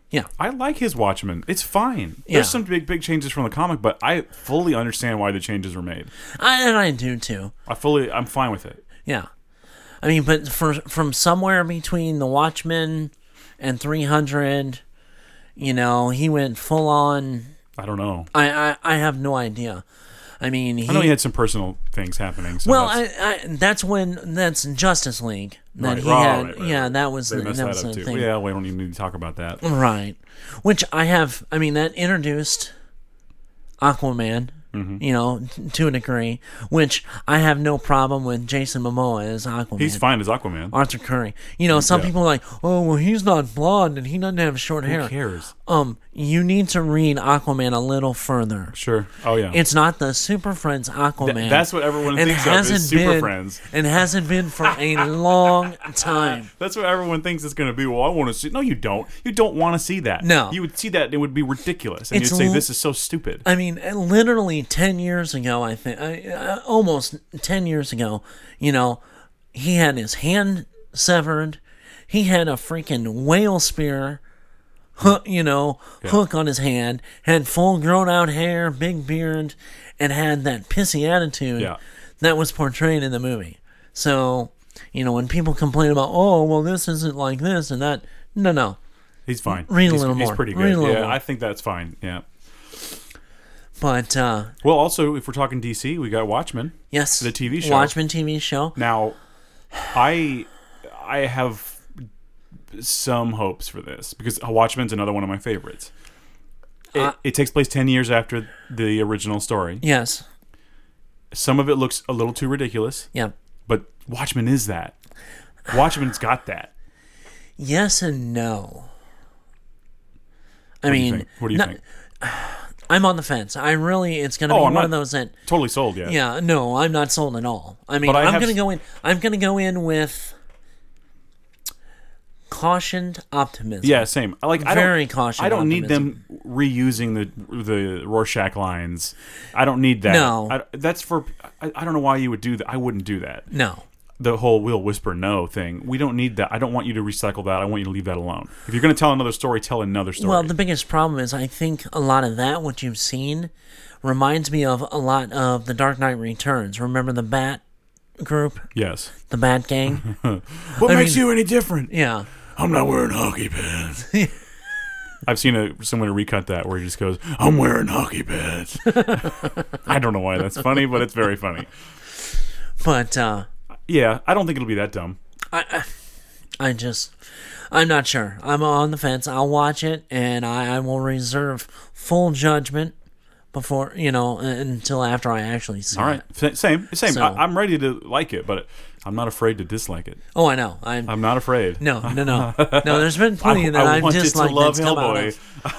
[SPEAKER 2] Yeah,
[SPEAKER 1] I like his Watchmen. It's fine.
[SPEAKER 2] Yeah.
[SPEAKER 1] There's some big, big changes from the comic, but I fully understand why the changes were made.
[SPEAKER 2] I, and I do too.
[SPEAKER 1] I fully, I'm fine with it.
[SPEAKER 2] Yeah, I mean, but for from somewhere between the Watchmen and three hundred, you know, he went full on.
[SPEAKER 1] I don't know.
[SPEAKER 2] I, I, I have no idea. I mean, he,
[SPEAKER 1] I know he had some personal things happening. So
[SPEAKER 2] well,
[SPEAKER 1] that's-
[SPEAKER 2] I, I, that's when that's Justice League that
[SPEAKER 1] Right,
[SPEAKER 2] he
[SPEAKER 1] right,
[SPEAKER 2] had.
[SPEAKER 1] right, right,
[SPEAKER 2] yeah,
[SPEAKER 1] right.
[SPEAKER 2] that was
[SPEAKER 1] they
[SPEAKER 2] the,
[SPEAKER 1] messed
[SPEAKER 2] that was
[SPEAKER 1] that up
[SPEAKER 2] the
[SPEAKER 1] too.
[SPEAKER 2] thing.
[SPEAKER 1] Yeah, we don't even need to talk about that.
[SPEAKER 2] Right, which I have. I mean, that introduced Aquaman.
[SPEAKER 1] Mm-hmm.
[SPEAKER 2] You know, t- to a degree, which I have no problem with Jason Momoa as Aquaman.
[SPEAKER 1] He's fine as Aquaman.
[SPEAKER 2] Arthur Curry. You know, some
[SPEAKER 1] Yeah.
[SPEAKER 2] people are like, oh, well, he's not blonde and he doesn't have short hair.
[SPEAKER 1] Who cares?
[SPEAKER 2] Um, you need to read Aquaman a little further.
[SPEAKER 1] Sure. Oh yeah.
[SPEAKER 2] It's not the Super Friends Aquaman.
[SPEAKER 1] that's what everyone
[SPEAKER 2] And
[SPEAKER 1] thinks of is
[SPEAKER 2] hasn't
[SPEAKER 1] Super
[SPEAKER 2] been-
[SPEAKER 1] Friends.
[SPEAKER 2] And hasn't been for
[SPEAKER 1] [LAUGHS]
[SPEAKER 2] a long time.
[SPEAKER 1] That's what everyone thinks it's going to be. Well, I want to see. No, you don't. You don't want to see that.
[SPEAKER 2] No.
[SPEAKER 1] You would see that. and It would be ridiculous, and
[SPEAKER 2] It's
[SPEAKER 1] you'd say
[SPEAKER 2] l-
[SPEAKER 1] this is so stupid.
[SPEAKER 2] I mean, eh, literally 10 years ago, I think, I, I, almost 10 years ago, you know, he had his hand severed. He had a freaking whale spear, hook, you know, hook on his hand, had full grown out hair, big beard, and had that pissy attitude
[SPEAKER 1] Yeah.
[SPEAKER 2] that was portrayed in the movie. So, you know, when people complain about, oh, well, this isn't like this and that, no, no.
[SPEAKER 1] He's fine.
[SPEAKER 2] Read a
[SPEAKER 1] he's,
[SPEAKER 2] little
[SPEAKER 1] he's
[SPEAKER 2] more.
[SPEAKER 1] pretty good.
[SPEAKER 2] Read a little
[SPEAKER 1] yeah,
[SPEAKER 2] more.
[SPEAKER 1] I think that's fine. Yeah.
[SPEAKER 2] But, uh,
[SPEAKER 1] Well, also, if we're talking DC, we got Watchmen.
[SPEAKER 2] yes.
[SPEAKER 1] The TV show.
[SPEAKER 2] Watchmen TV show.
[SPEAKER 1] Now, I I have some hopes for this because Watchmen's another one of my favorites. It,
[SPEAKER 2] Uh,
[SPEAKER 1] it takes place ten years after the original story.
[SPEAKER 2] Yes.
[SPEAKER 1] Some of it looks a little too ridiculous,
[SPEAKER 2] Yeah.
[SPEAKER 1] but Watchmen is that. Watchmen's got that.
[SPEAKER 2] Yes and no. I
[SPEAKER 1] What do you
[SPEAKER 2] mean,
[SPEAKER 1] think? What do you
[SPEAKER 2] no-
[SPEAKER 1] think?
[SPEAKER 2] I'm on the fence. I really, it's going to
[SPEAKER 1] Oh,
[SPEAKER 2] be
[SPEAKER 1] I'm
[SPEAKER 2] one of
[SPEAKER 1] not-
[SPEAKER 2] those that
[SPEAKER 1] Totally sold, yeah.
[SPEAKER 2] Yeah, no, I'm not sold at all. I mean,
[SPEAKER 1] But I
[SPEAKER 2] I am
[SPEAKER 1] have-
[SPEAKER 2] going to go in. I'm going to go in with cautioned optimism.
[SPEAKER 1] Yeah, same. I Like I
[SPEAKER 2] Very
[SPEAKER 1] don't,
[SPEAKER 2] caution
[SPEAKER 1] I don't need them reusing the the Rorschach lines. I don't need that.
[SPEAKER 2] No.
[SPEAKER 1] I, that's for. I, I don't know why you would do that. I wouldn't do that.
[SPEAKER 2] No.
[SPEAKER 1] The whole "will whisper no" thing. We don't need that. I don't want you to recycle that. I want you to leave that alone. If you're going to tell another story, tell another story.
[SPEAKER 2] Well, the biggest problem is I think a lot of that what you've seen reminds me of a lot of The Dark Knight Returns. Remember the Bat group,
[SPEAKER 1] yes.
[SPEAKER 2] the
[SPEAKER 1] [LAUGHS]
[SPEAKER 2] Bat Gang?
[SPEAKER 1] What
[SPEAKER 2] I
[SPEAKER 1] makes
[SPEAKER 2] mean-
[SPEAKER 1] you any different?
[SPEAKER 2] yeah.
[SPEAKER 1] I'm not wearing hockey
[SPEAKER 2] [LAUGHS]
[SPEAKER 1] pads. I've seen a, someone recut that where he just goes, "I'm wearing hockey
[SPEAKER 2] [LAUGHS]
[SPEAKER 1] pads." I don't know why that's funny, but it's very funny.
[SPEAKER 2] But uh
[SPEAKER 1] Yeah, I don't think it'll be that dumb.
[SPEAKER 2] I just I'm not sure. I'm on the fence. I'll watch it and I, I will reserve full judgment before you know uh, until after I actually see
[SPEAKER 1] All right,
[SPEAKER 2] it.
[SPEAKER 1] Sa- same, same.
[SPEAKER 2] So-
[SPEAKER 1] I, I'm ready to like it, but I'm not afraid to dislike it.
[SPEAKER 2] Oh, I know. I'm,
[SPEAKER 1] I'm not afraid. [LAUGHS]
[SPEAKER 2] no, no, no, no. There's been plenty
[SPEAKER 1] I,
[SPEAKER 2] that
[SPEAKER 1] I
[SPEAKER 2] I've
[SPEAKER 1] wanted to
[SPEAKER 2] disliked.
[SPEAKER 1] love
[SPEAKER 2] that's come out
[SPEAKER 1] Hellboy.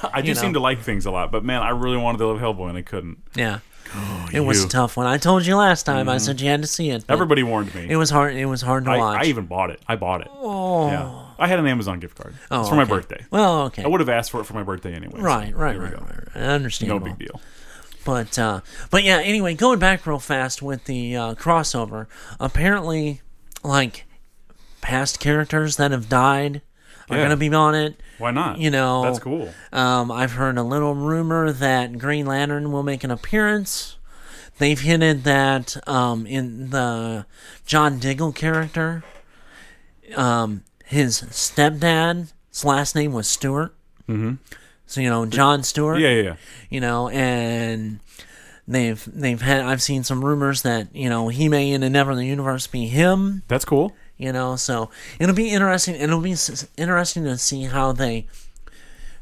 [SPEAKER 2] of-
[SPEAKER 1] [LAUGHS] I do
[SPEAKER 2] you
[SPEAKER 1] seem
[SPEAKER 2] know.
[SPEAKER 1] to like things a lot, but man, I really wanted to love Hellboy and I couldn't.
[SPEAKER 2] yeah, it was
[SPEAKER 1] Oh, you. Mm-hmm.
[SPEAKER 2] a tough one. I told you last time. I said you had to see it. but
[SPEAKER 1] Everybody warned me.
[SPEAKER 2] it was hard. It was hard to
[SPEAKER 1] I,
[SPEAKER 2] watch.
[SPEAKER 1] I even bought it. I bought it.
[SPEAKER 2] oh,
[SPEAKER 1] Yeah, I had an Amazon gift card.
[SPEAKER 2] oh,
[SPEAKER 1] it's for my
[SPEAKER 2] okay.
[SPEAKER 1] birthday.
[SPEAKER 2] Well, okay.
[SPEAKER 1] I would have asked for it for my birthday anyway. so
[SPEAKER 2] Right, right,
[SPEAKER 1] there we
[SPEAKER 2] right,
[SPEAKER 1] go.
[SPEAKER 2] right, right.
[SPEAKER 1] No
[SPEAKER 2] Understandable.
[SPEAKER 1] big deal.
[SPEAKER 2] But uh, but yeah. Anyway, going back real fast with the uh, crossover. Apparently, like past characters that have died are
[SPEAKER 1] Yeah.
[SPEAKER 2] going to be on it.
[SPEAKER 1] Why not?
[SPEAKER 2] You know,
[SPEAKER 1] that's cool.
[SPEAKER 2] Um, I've heard a little rumor that Green Lantern will make an appearance. They've hinted that um, in the John Diggle character, um, his stepdad's last name was Stewart. Mm-hmm. So you know John Stewart
[SPEAKER 1] Yeah, yeah, yeah.
[SPEAKER 2] you know, and they've they've had I've seen some rumors that you know he may in Never the Universe be him,
[SPEAKER 1] That's cool.
[SPEAKER 2] you know, so it'll be interesting. It'll be s- s- interesting to see how they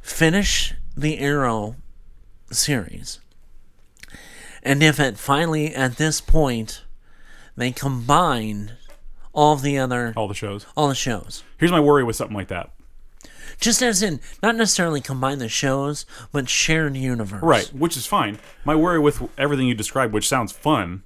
[SPEAKER 2] finish the Arrow series, and if it finally at this point they combine all of the other
[SPEAKER 1] All the shows.
[SPEAKER 2] all the shows
[SPEAKER 1] Here's my worry with something like that.
[SPEAKER 2] just as in not necessarily combine the shows but shared universe
[SPEAKER 1] Right, which is fine. My worry with everything you described, which sounds fun,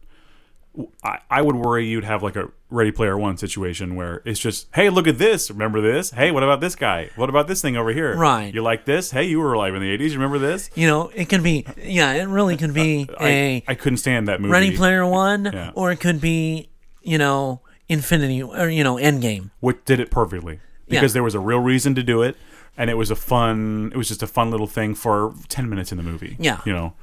[SPEAKER 1] w- I, I would worry you'd have like a Ready Player One situation where it's just, hey, look at this. Remember this? Hey, what about this guy? What about this thing over here?
[SPEAKER 2] Right.
[SPEAKER 1] You like this? Hey, you were alive in the 80s. Remember this?
[SPEAKER 2] You know, it could be yeah, it really could be a
[SPEAKER 1] [LAUGHS] I, I couldn't stand that movie.
[SPEAKER 2] Ready Player One,
[SPEAKER 1] Yeah.
[SPEAKER 2] or it could be you know Infinity or you know Endgame.
[SPEAKER 1] which did it perfectly because there was a real reason to do it. And it was a fun. It was just a fun little thing for ten minutes in the movie.
[SPEAKER 2] Yeah.
[SPEAKER 1] you know,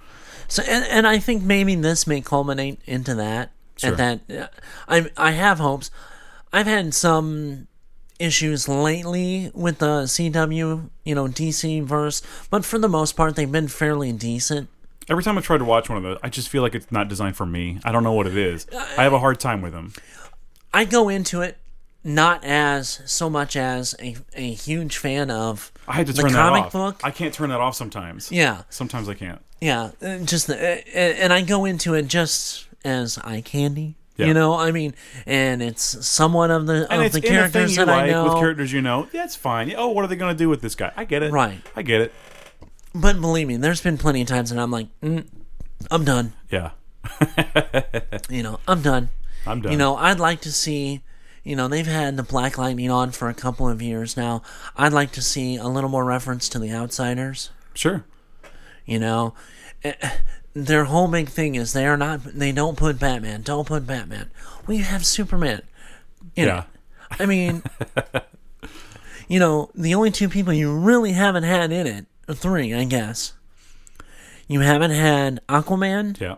[SPEAKER 2] So and, and I think maybe this may culminate into that.
[SPEAKER 1] Sure.
[SPEAKER 2] At that, uh, I I have hopes. I've had some issues lately with the CW, you know, DC verse, but for the most part, they've been fairly decent.
[SPEAKER 1] every time I try to watch one of those, I just feel like it's not designed for me. I don't know what it is. I have a hard time with them.
[SPEAKER 2] I go into it not as so much as a, a huge fan of
[SPEAKER 1] I had to
[SPEAKER 2] the
[SPEAKER 1] turn that
[SPEAKER 2] comic
[SPEAKER 1] off.
[SPEAKER 2] book.
[SPEAKER 1] I can't turn that off sometimes.
[SPEAKER 2] yeah,
[SPEAKER 1] Sometimes I can't.
[SPEAKER 2] Yeah, uh, just the, uh, and I go into it just as eye candy.
[SPEAKER 1] Yeah.
[SPEAKER 2] You know, I mean, and it's somewhat of the
[SPEAKER 1] And
[SPEAKER 2] of
[SPEAKER 1] it's
[SPEAKER 2] the
[SPEAKER 1] in a thing
[SPEAKER 2] characters
[SPEAKER 1] you
[SPEAKER 2] that I
[SPEAKER 1] like
[SPEAKER 2] know,
[SPEAKER 1] with characters you know. That's fine. Oh, what are they going to do with this guy? I get it.
[SPEAKER 2] Right.
[SPEAKER 1] I get it.
[SPEAKER 2] but believe me, there's been plenty of times that I'm like, mm, I'm done.
[SPEAKER 1] Yeah.
[SPEAKER 2] You know, I'm done.
[SPEAKER 1] I'm done.
[SPEAKER 2] You know, I'd like to see. You know, they've had the Black Lightning on for a couple of years now. I'd like to see a little more reference to the Outsiders.
[SPEAKER 1] Sure.
[SPEAKER 2] You know, Eh, their whole big thing is they are not. They don't put Batman. Don't put Batman. We have Superman. You know,
[SPEAKER 1] Yeah.
[SPEAKER 2] I mean, you know, the only two people you really haven't had in it, or three, I guess. You haven't had Aquaman.
[SPEAKER 1] Yeah.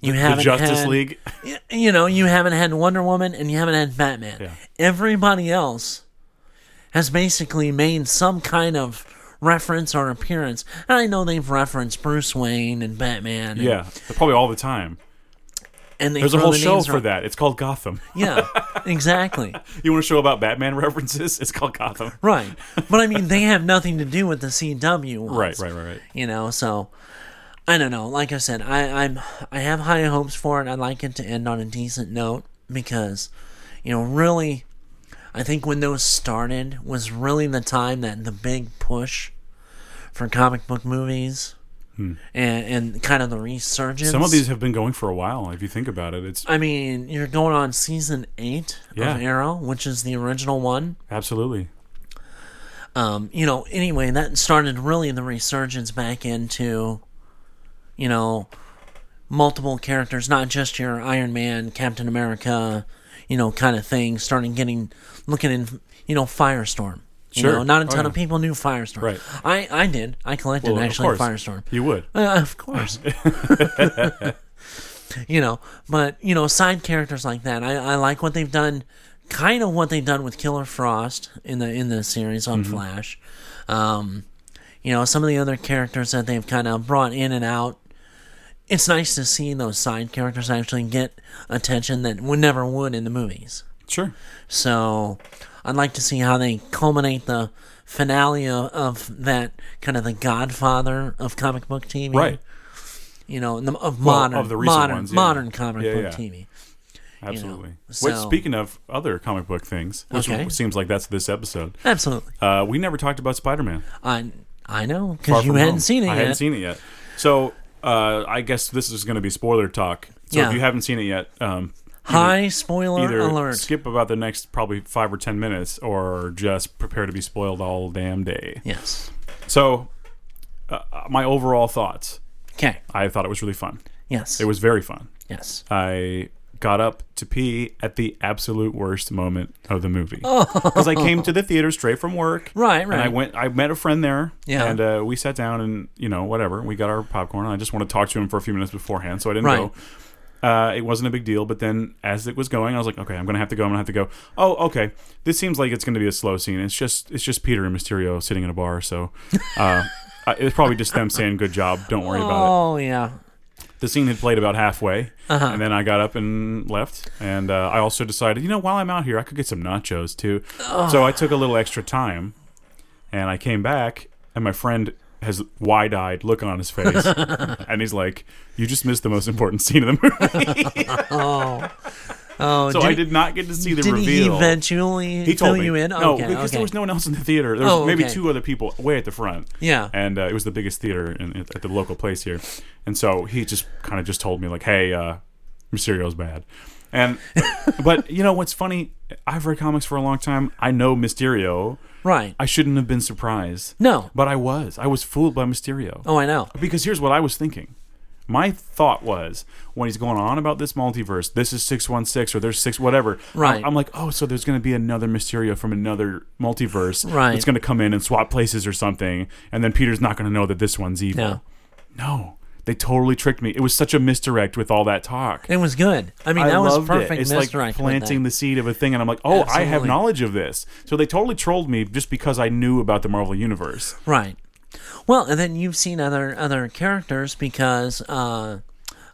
[SPEAKER 2] You
[SPEAKER 1] The
[SPEAKER 2] haven't
[SPEAKER 1] Justice
[SPEAKER 2] had,
[SPEAKER 1] League.
[SPEAKER 2] y- You know, you haven't had Wonder Woman, and you haven't had Batman.
[SPEAKER 1] Yeah.
[SPEAKER 2] Everybody else has basically made some kind of reference or appearance. And I know they've referenced Bruce Wayne and Batman. and-
[SPEAKER 1] Yeah. Probably all the time.
[SPEAKER 2] And they
[SPEAKER 1] There's a
[SPEAKER 2] throw
[SPEAKER 1] whole
[SPEAKER 2] the
[SPEAKER 1] show
[SPEAKER 2] names
[SPEAKER 1] for
[SPEAKER 2] around.
[SPEAKER 1] that. It's called Gotham.
[SPEAKER 2] Yeah,
[SPEAKER 1] [LAUGHS]
[SPEAKER 2] exactly.
[SPEAKER 1] You want a show about Batman [LAUGHS] references? It's called Gotham.
[SPEAKER 2] Right. But I mean, they have nothing to do with the CW ones.
[SPEAKER 1] Right, right, right, right.
[SPEAKER 2] You know, so I don't know. Like I said, I, I'm I have high hopes for it. I'd like it to end on a decent note because, you know, really, I think when those started was really the time that the big push for comic book movies and, and kind of the resurgence.
[SPEAKER 1] Hmm. Some of these have been going for a while. If you think about it, it's
[SPEAKER 2] I mean, you're going on season eight
[SPEAKER 1] Yeah.
[SPEAKER 2] of Arrow, which is the original one.
[SPEAKER 1] absolutely
[SPEAKER 2] um, you know, anyway, that started really the resurgence back into, you know, multiple characters, not just your Iron Man, Captain America, you know, kind of thing, starting getting, looking in, you know, Firestorm. You
[SPEAKER 1] Sure.
[SPEAKER 2] know, not a
[SPEAKER 1] Oh,
[SPEAKER 2] ton of
[SPEAKER 1] yeah.
[SPEAKER 2] people knew Firestorm.
[SPEAKER 1] Right.
[SPEAKER 2] I, I did. I collected
[SPEAKER 1] Well, of
[SPEAKER 2] actually
[SPEAKER 1] course.
[SPEAKER 2] Firestorm.
[SPEAKER 1] You would.
[SPEAKER 2] Uh, of course. [LAUGHS] you know, but you know, side characters like that. I, I like what they've done, kind of what they've done with Killer Frost in the in the series on Flash. Um, you know, some of the other characters that they've kind of brought in and out. It's nice to see those side characters actually get attention that would never would in the movies.
[SPEAKER 1] Sure.
[SPEAKER 2] So I'd like to see how they culminate the finale of, of that kind of the godfather of comic book TV.
[SPEAKER 1] Right.
[SPEAKER 2] You know, the, of
[SPEAKER 1] Well,
[SPEAKER 2] modern,
[SPEAKER 1] of the recent
[SPEAKER 2] modern,
[SPEAKER 1] ones, yeah.
[SPEAKER 2] modern comic
[SPEAKER 1] Yeah,
[SPEAKER 2] book
[SPEAKER 1] yeah.
[SPEAKER 2] TV.
[SPEAKER 1] Absolutely. Wait,
[SPEAKER 2] so-
[SPEAKER 1] speaking of other comic book things, which
[SPEAKER 2] Okay.
[SPEAKER 1] seems like that's this episode,
[SPEAKER 2] Absolutely.
[SPEAKER 1] uh, we never talked about Spider Man.
[SPEAKER 2] I I know
[SPEAKER 1] Far
[SPEAKER 2] because you
[SPEAKER 1] From
[SPEAKER 2] hadn't
[SPEAKER 1] Home.
[SPEAKER 2] seen it
[SPEAKER 1] I
[SPEAKER 2] yet.
[SPEAKER 1] hadn't seen it yet. So uh, I guess this is going to be spoiler talk. So
[SPEAKER 2] Yeah.
[SPEAKER 1] if you haven't seen it yet, um,
[SPEAKER 2] High spoiler
[SPEAKER 1] either
[SPEAKER 2] alert.
[SPEAKER 1] skip about the next probably five or ten minutes, or just prepare to be spoiled all damn day.
[SPEAKER 2] yes.
[SPEAKER 1] So uh, my overall thoughts:
[SPEAKER 2] Okay.
[SPEAKER 1] I thought it was really fun.
[SPEAKER 2] Yes.
[SPEAKER 1] It was very fun.
[SPEAKER 2] yes.
[SPEAKER 1] I got up to pee at the absolute worst moment of the movie because I came to the theater straight from work.
[SPEAKER 2] Oh. [LAUGHS] Right, right.
[SPEAKER 1] And I went. I met a friend there.
[SPEAKER 2] Yeah.
[SPEAKER 1] And uh, we sat down and you know whatever. We got our popcorn. And I just want to talk to him for a few minutes beforehand, so I didn't
[SPEAKER 2] Right.
[SPEAKER 1] go. Uh, it wasn't a big deal, but then as it was going, I was like, okay, I'm gonna have to go. I'm gonna have to go. Oh, okay. This seems like it's gonna be a slow scene. It's just it's just Peter and Mysterio sitting in a bar. So. Uh, [LAUGHS] I- It's probably just them saying good job. Don't worry about it
[SPEAKER 2] Oh yeah.
[SPEAKER 1] the scene had played about halfway,
[SPEAKER 2] Uh-huh.
[SPEAKER 1] and then I got up and left. And uh, I also decided, you know, while I'm out here, I could get some nachos too. So I took a little extra time, and I came back, and my friend has wide-eyed look on his
[SPEAKER 2] [LAUGHS]
[SPEAKER 1] face, and he's like, "You just missed the most important scene of the movie."
[SPEAKER 2] [LAUGHS] Oh,
[SPEAKER 1] so
[SPEAKER 2] did,
[SPEAKER 1] I did not get to see the
[SPEAKER 2] did
[SPEAKER 1] reveal.
[SPEAKER 2] he eventually
[SPEAKER 1] He
[SPEAKER 2] fill
[SPEAKER 1] told me
[SPEAKER 2] you in?
[SPEAKER 1] no
[SPEAKER 2] okay.
[SPEAKER 1] because
[SPEAKER 2] okay.
[SPEAKER 1] there was no one else in the theater. There was
[SPEAKER 2] Oh,
[SPEAKER 1] maybe
[SPEAKER 2] okay.
[SPEAKER 1] two other people way at the front.
[SPEAKER 2] Yeah.
[SPEAKER 1] and uh, it was the biggest theater in, at at the local place here, and so he just kind of just told me like, "Hey, uh, Mysterio's bad," and [LAUGHS] but you know what's funny? I've read comics for a long time. I know Mysterio.
[SPEAKER 2] right.
[SPEAKER 1] I shouldn't have been surprised.
[SPEAKER 2] No.
[SPEAKER 1] but I was. I was fooled by Mysterio.
[SPEAKER 2] oh, I know.
[SPEAKER 1] Because here's what I was thinking. My thought was when he's going on about this multiverse, this is six one six or there's six whatever.
[SPEAKER 2] Right.
[SPEAKER 1] I'm, I'm like, oh, so there's going to be another Mysterio from another multiverse.
[SPEAKER 2] Right.
[SPEAKER 1] That's going to come in and swap places or something, and then Peter's not going to know that this one's evil.
[SPEAKER 2] No.
[SPEAKER 1] No, they totally tricked me. It was such a misdirect with all that talk.
[SPEAKER 2] It was good. I mean,
[SPEAKER 1] I
[SPEAKER 2] that was
[SPEAKER 1] loved
[SPEAKER 2] perfect.
[SPEAKER 1] it. It's like
[SPEAKER 2] misdirect with
[SPEAKER 1] planting
[SPEAKER 2] that.
[SPEAKER 1] the seed of a thing, and I'm like, oh, I have
[SPEAKER 2] Absolutely.
[SPEAKER 1] knowledge of this. So they totally trolled me just because I knew about the Marvel universe.
[SPEAKER 2] Right. Well, and then you've seen other other characters because uh,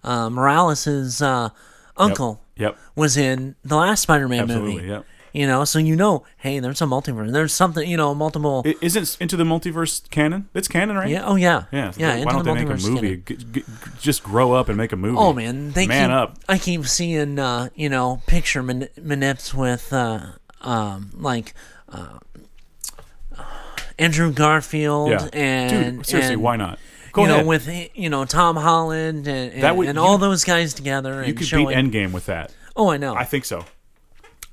[SPEAKER 2] uh, Morales's uh, uncle
[SPEAKER 1] Yep.
[SPEAKER 2] was in the last Spider-Man
[SPEAKER 1] Absolutely.
[SPEAKER 2] movie.
[SPEAKER 1] Yep.
[SPEAKER 2] You know, so you know, hey, there's a multiverse. There's something, you know, multiple.
[SPEAKER 1] It isn't into the multiverse canon? It's canon, right?
[SPEAKER 2] yeah. Oh yeah.
[SPEAKER 1] Yeah. so
[SPEAKER 2] Yeah.
[SPEAKER 1] why
[SPEAKER 2] into
[SPEAKER 1] don't they
[SPEAKER 2] the
[SPEAKER 1] make a
[SPEAKER 2] multiverse
[SPEAKER 1] movie?
[SPEAKER 2] canon.
[SPEAKER 1] G- g- just grow up and make a movie.
[SPEAKER 2] Oh man, they
[SPEAKER 1] man
[SPEAKER 2] keep,
[SPEAKER 1] up.
[SPEAKER 2] I keep seeing, uh, you know, picture man- manips with, uh, um, like, uh, Andrew Garfield
[SPEAKER 1] Yeah.
[SPEAKER 2] and
[SPEAKER 1] Dude, seriously,
[SPEAKER 2] and-
[SPEAKER 1] why not? Go
[SPEAKER 2] you
[SPEAKER 1] ahead.
[SPEAKER 2] know, with you know Tom Holland and, and,
[SPEAKER 1] That would-
[SPEAKER 2] and
[SPEAKER 1] you-
[SPEAKER 2] all those guys together.
[SPEAKER 1] you
[SPEAKER 2] And
[SPEAKER 1] could
[SPEAKER 2] showing,
[SPEAKER 1] beat Endgame with that.
[SPEAKER 2] Oh, I know.
[SPEAKER 1] I
[SPEAKER 2] I,
[SPEAKER 1] think so.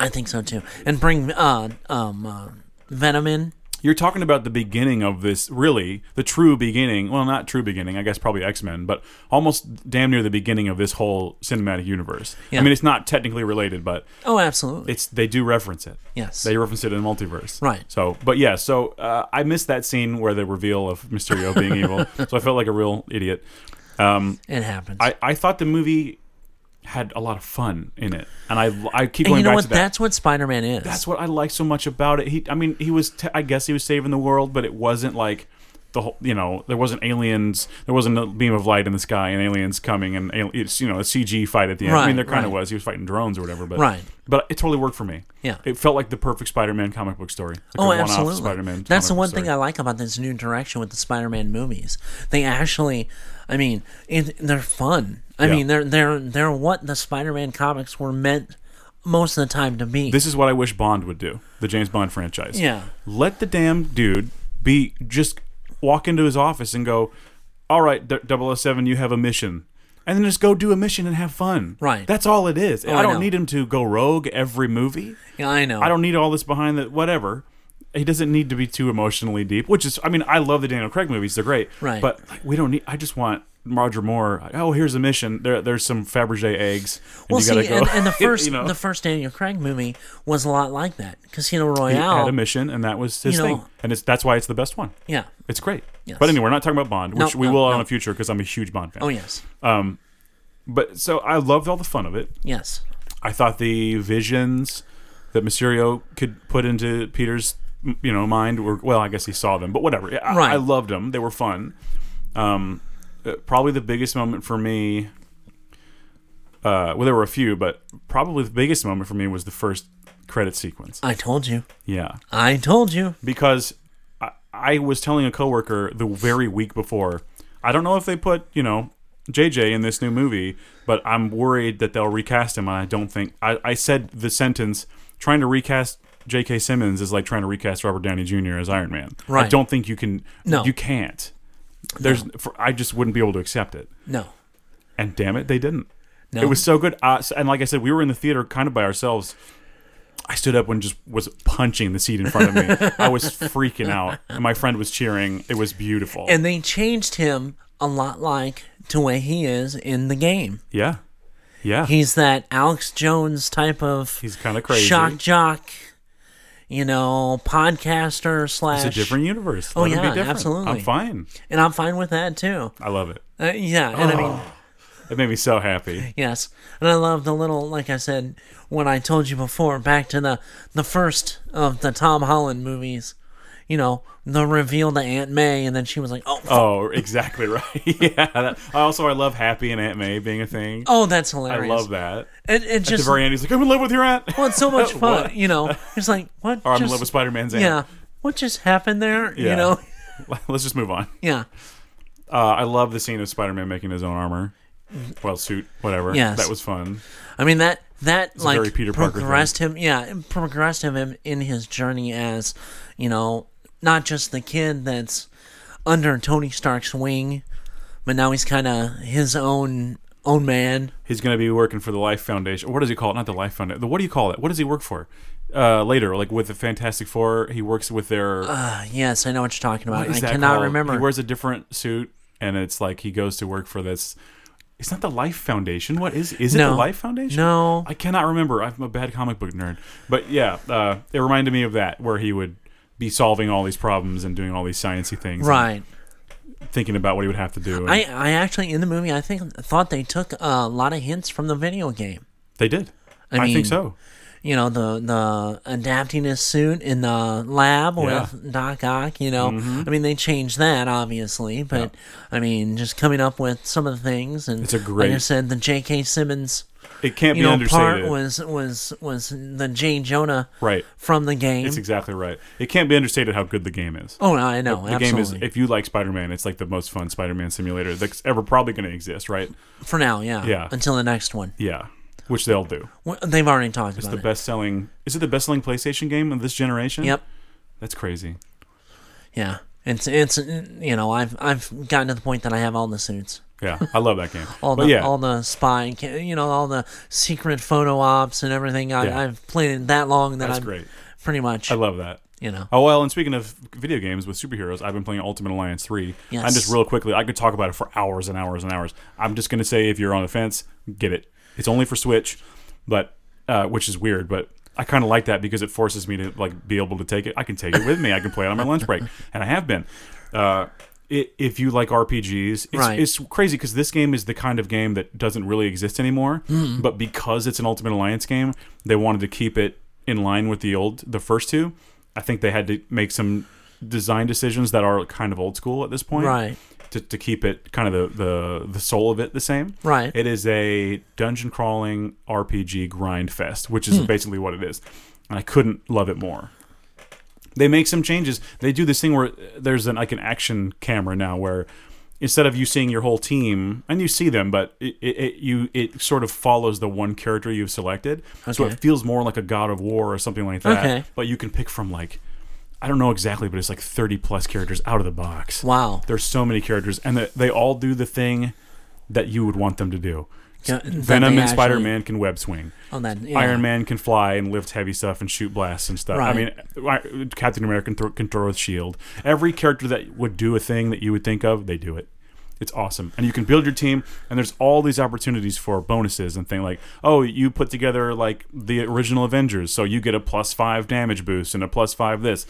[SPEAKER 2] think so too. And bring uh, um, uh, Venom in.
[SPEAKER 1] You're talking about the beginning of this, really, the true beginning. Well, not true beginning, I guess probably X Men, but almost damn near the beginning of this whole cinematic universe.
[SPEAKER 2] Yeah.
[SPEAKER 1] I mean, it's not technically related, but
[SPEAKER 2] Oh, absolutely.
[SPEAKER 1] it's they do reference it.
[SPEAKER 2] yes.
[SPEAKER 1] They reference it in the multiverse.
[SPEAKER 2] Right.
[SPEAKER 1] So, but yeah, so uh, I missed that scene where the reveal of Mysterio
[SPEAKER 2] [LAUGHS]
[SPEAKER 1] being evil. So I felt like a real idiot.
[SPEAKER 2] it happens.
[SPEAKER 1] I, I thought the movie had a lot of fun in it, and I I keep
[SPEAKER 2] and
[SPEAKER 1] going
[SPEAKER 2] you know
[SPEAKER 1] back
[SPEAKER 2] what?
[SPEAKER 1] to that.
[SPEAKER 2] That's what Spider Man is.
[SPEAKER 1] That's what I like so much about it. He, I mean, he was t- I guess he was saving the world, but it wasn't like the whole you know there wasn't aliens there wasn't a beam of light in the sky and aliens coming and al- it's you know a cg fight at the end i mean
[SPEAKER 2] Right,
[SPEAKER 1] there kind of
[SPEAKER 2] right.
[SPEAKER 1] was he was fighting drones or whatever but
[SPEAKER 2] Right.
[SPEAKER 1] but it totally worked for me
[SPEAKER 2] Yeah.
[SPEAKER 1] it felt like the perfect spider-man comic book story like a
[SPEAKER 2] Oh,
[SPEAKER 1] one-off
[SPEAKER 2] absolutely.
[SPEAKER 1] spider-man
[SPEAKER 2] That's
[SPEAKER 1] comic
[SPEAKER 2] the
[SPEAKER 1] book
[SPEAKER 2] one
[SPEAKER 1] story.
[SPEAKER 2] thing I like about this new direction with the Spider-Man movies. They actually, I mean, it, they're fun. I
[SPEAKER 1] Yeah.
[SPEAKER 2] mean, they're they're they're what the Spider-Man comics were meant most of the time to be.
[SPEAKER 1] This is what I wish Bond would do, the James Bond franchise.
[SPEAKER 2] Yeah.
[SPEAKER 1] Let the damn dude be just walk into his office and go, "All right, D- 007, you have a mission." And then just go do a mission and have fun.
[SPEAKER 2] Right. Oh,
[SPEAKER 1] That's all it is. I
[SPEAKER 2] I
[SPEAKER 1] don't
[SPEAKER 2] know.
[SPEAKER 1] need him to go rogue every movie.
[SPEAKER 2] yeah, I know.
[SPEAKER 1] I don't need all this behind the whatever. He doesn't need to be too emotionally deep, which is I mean, I love the Daniel Craig movies, they're great.
[SPEAKER 2] Right.
[SPEAKER 1] But like, we don't need I just want Roger Moore, oh, here's a mission. There, there's some Fabergé eggs. And
[SPEAKER 2] Well,
[SPEAKER 1] you gotta
[SPEAKER 2] see,
[SPEAKER 1] go.
[SPEAKER 2] and, and the
[SPEAKER 1] [LAUGHS] you
[SPEAKER 2] first
[SPEAKER 1] know?
[SPEAKER 2] the first Daniel Craig movie was a lot like that. Casino
[SPEAKER 1] He had
[SPEAKER 2] Royale.
[SPEAKER 1] a mission, and that was his
[SPEAKER 2] You know-
[SPEAKER 1] thing, and it's that's why it's the best one.
[SPEAKER 2] yeah.
[SPEAKER 1] It's great.
[SPEAKER 2] Yes.
[SPEAKER 1] But anyway, we're not talking about Bond, which
[SPEAKER 2] No,
[SPEAKER 1] we
[SPEAKER 2] no,
[SPEAKER 1] will
[SPEAKER 2] no.
[SPEAKER 1] on the future because I'm a huge Bond fan.
[SPEAKER 2] Oh yes.
[SPEAKER 1] But so I loved all the fun of it.
[SPEAKER 2] Yes.
[SPEAKER 1] I thought the visions that Mysterio could put into Peter's m- you know mind were well, I guess he saw them, but whatever. I,
[SPEAKER 2] Right.
[SPEAKER 1] I loved them. They were fun. Um, uh, probably the biggest moment for me. Uh, well, there were a few, but probably the biggest moment for me was the first credit sequence.
[SPEAKER 2] I told you.
[SPEAKER 1] Yeah.
[SPEAKER 2] I told you.
[SPEAKER 1] because I, I was telling a coworker the very week before. I don't know if they put you know JJ in this new movie, but I'm worried that they'll recast him. And I don't think I, I said the sentence trying to recast J.K. Simmons is like trying to recast Robert Downey Jr. as Iron Man. I
[SPEAKER 2] Right.
[SPEAKER 1] don't think you can.
[SPEAKER 2] No.
[SPEAKER 1] you can't. There's for, I just wouldn't be able to accept it.
[SPEAKER 2] No.
[SPEAKER 1] And damn it, they didn't.
[SPEAKER 2] No.
[SPEAKER 1] It was so good. Uh, so- and like I said, we were in the theater kind of by ourselves. I stood up and just was punching the seat in front of
[SPEAKER 2] [LAUGHS]
[SPEAKER 1] me. I was freaking out. And my friend was cheering. It was beautiful.
[SPEAKER 2] and they changed him a lot like to where he is in the game.
[SPEAKER 1] yeah. Yeah.
[SPEAKER 2] He's that Alex Jones type of
[SPEAKER 1] He's kinda crazy.
[SPEAKER 2] shock jock, you know, podcaster slash.
[SPEAKER 1] it's a different universe.
[SPEAKER 2] Oh,
[SPEAKER 1] Let it be
[SPEAKER 2] yeah,
[SPEAKER 1] different.
[SPEAKER 2] absolutely.
[SPEAKER 1] I'm fine.
[SPEAKER 2] And I'm fine with that too.
[SPEAKER 1] I love it.
[SPEAKER 2] Uh, yeah, and I mean,
[SPEAKER 1] Oh. It made me so happy.
[SPEAKER 2] yes, and I love the little, like I said, when I told you before, back to the the first of the Tom Holland movies. You know, the reveal to Aunt May, and then she was like, "Oh, f-
[SPEAKER 1] Oh, exactly [LAUGHS] right. yeah. That, also, I love Happy and Aunt May being a thing.
[SPEAKER 2] oh, that's
[SPEAKER 1] I
[SPEAKER 2] hilarious."
[SPEAKER 1] love that.
[SPEAKER 2] It, it
[SPEAKER 1] At the
[SPEAKER 2] just
[SPEAKER 1] very end, he's like, I'm in love with your aunt.
[SPEAKER 2] Well, it's so
[SPEAKER 1] [LAUGHS]
[SPEAKER 2] much fun,
[SPEAKER 1] What?
[SPEAKER 2] you know. It's like what?
[SPEAKER 1] Or I'm
[SPEAKER 2] just,
[SPEAKER 1] in love with Spider Man's aunt.
[SPEAKER 2] Yeah, what just happened there?
[SPEAKER 1] Yeah.
[SPEAKER 2] You know?
[SPEAKER 1] [LAUGHS]
[SPEAKER 2] [LAUGHS]
[SPEAKER 1] Let's just move on.
[SPEAKER 2] Yeah,
[SPEAKER 1] Uh, I love the scene of Spider-Man making his own armor, well, suit, whatever.
[SPEAKER 2] Yes.
[SPEAKER 1] that was fun.
[SPEAKER 2] I mean that that like
[SPEAKER 1] very Peter Parker thing.
[SPEAKER 2] progressed him. Yeah, it progressed him in, in his journey as you know, not just the kid that's under Tony Stark's wing, but now he's kind of his own own man.
[SPEAKER 1] He's going to be working for the Life Foundation. What does he call it? Not the Life Foundation. What do you call it? What does he work for? Uh, later, like with the Fantastic Four, he works with their.
[SPEAKER 2] Uh, yes, I know what you're talking about.
[SPEAKER 1] what is
[SPEAKER 2] I
[SPEAKER 1] that
[SPEAKER 2] cannot
[SPEAKER 1] called?
[SPEAKER 2] remember.
[SPEAKER 1] He wears a different suit, and it's like he goes to work for this. It's not the Life Foundation. What is? Is it
[SPEAKER 2] No.
[SPEAKER 1] the Life Foundation? [LAUGHS]
[SPEAKER 2] No.
[SPEAKER 1] I cannot remember. I'm a bad comic book nerd. But yeah, uh, it reminded me of that, where he would be solving all these problems and doing all these sciencey things, and
[SPEAKER 2] right.
[SPEAKER 1] thinking about what he would have to do. and-
[SPEAKER 2] I I actually in the movie I think thought they took a lot of hints from the video game.
[SPEAKER 1] They did. I,
[SPEAKER 2] mean,
[SPEAKER 1] think so.
[SPEAKER 2] you know the the adapting his suit in the lab
[SPEAKER 1] Yeah. Mm-hmm.
[SPEAKER 2] with Doc Ock. You know, I mean they changed that obviously, but I mean just coming up with some of the things and
[SPEAKER 1] It's a great-
[SPEAKER 2] Like I said, the J.K. Simmons
[SPEAKER 1] It can't
[SPEAKER 2] you
[SPEAKER 1] be
[SPEAKER 2] know part
[SPEAKER 1] understated.
[SPEAKER 2] was was was the J. Jonah
[SPEAKER 1] right.
[SPEAKER 2] from the game.
[SPEAKER 1] That's exactly right. It can't be understated how good the game is.
[SPEAKER 2] oh no, I know
[SPEAKER 1] the game
[SPEAKER 2] absolutely
[SPEAKER 1] is if you like Spider-Man, it's like the most fun Spider-Man simulator that's ever probably going to exist, right?
[SPEAKER 2] for now, yeah,
[SPEAKER 1] Yeah.
[SPEAKER 2] until the next one.
[SPEAKER 1] Yeah. Which they'll do.
[SPEAKER 2] W- They've already talked
[SPEAKER 1] It's
[SPEAKER 2] about
[SPEAKER 1] the
[SPEAKER 2] it.
[SPEAKER 1] best-selling Is it the best-selling PlayStation game of this generation?
[SPEAKER 2] Yep,
[SPEAKER 1] That's crazy.
[SPEAKER 2] yeah. It's it's you know I've I've gotten to the point that I have all the suits.
[SPEAKER 1] Yeah. I love that game.
[SPEAKER 2] [LAUGHS] all
[SPEAKER 1] but
[SPEAKER 2] the
[SPEAKER 1] yeah.
[SPEAKER 2] all the spying, ca- you know, all the secret photo ops and everything. I,
[SPEAKER 1] Yeah.
[SPEAKER 2] I've played it that long that
[SPEAKER 1] that's
[SPEAKER 2] I'm
[SPEAKER 1] great.
[SPEAKER 2] pretty much,
[SPEAKER 1] I love that.
[SPEAKER 2] you know.
[SPEAKER 1] Oh well, and speaking of video games with superheroes, I've been playing Ultimate Alliance three.
[SPEAKER 2] Yes.
[SPEAKER 1] I'm just real quickly. I could talk about it for hours and hours and hours. I'm just gonna say, if you're on the fence, get it. It's only for Switch, but uh, which is weird, but I kind of like that because it forces me to like be able to take it. I can take it with me. I can play it on my lunch break, and I have been. Uh, i if you like RPGs, it's,
[SPEAKER 2] Right.
[SPEAKER 1] it's crazy because this game is the kind of game that doesn't really exist anymore. But because it's an Ultimate Alliance game, they wanted to keep it in line with the old, the first two. I think they had to make some design decisions that are kind of old school at this point.
[SPEAKER 2] Right.
[SPEAKER 1] To, to keep it kind of the, the the soul of it the same.
[SPEAKER 2] Right.
[SPEAKER 1] It is a dungeon crawling RPG grind fest, which
[SPEAKER 2] Hmm.
[SPEAKER 1] is basically what it is. And I couldn't love it more. They make some changes. They do this thing where there's an like an action camera now where instead of you seeing your whole team and you see them but it, it, it you it sort of follows the one character you've selected so
[SPEAKER 2] Okay.
[SPEAKER 1] it feels more like a god of war or something like that
[SPEAKER 2] Okay.
[SPEAKER 1] but you can pick from like i don't know exactly but it's like 30 plus characters out of the box
[SPEAKER 2] Wow.
[SPEAKER 1] there's so many characters and the, they all do the thing that you would want them to do
[SPEAKER 2] Yeah, that
[SPEAKER 1] venom
[SPEAKER 2] they
[SPEAKER 1] and
[SPEAKER 2] actually-
[SPEAKER 1] spider-man can web swing
[SPEAKER 2] On that, yeah.
[SPEAKER 1] Iron Man can fly and lift heavy stuff and shoot blasts and stuff. I
[SPEAKER 2] Right.
[SPEAKER 1] mean, I- Captain America can throw, can throw a shield. Every character that would do a thing that you would think of, they do it. It's awesome, and you can build your team. And there's all these opportunities for bonuses and thing like, oh, you put together like the original Avengers, so you get a plus five damage boost and a plus five this.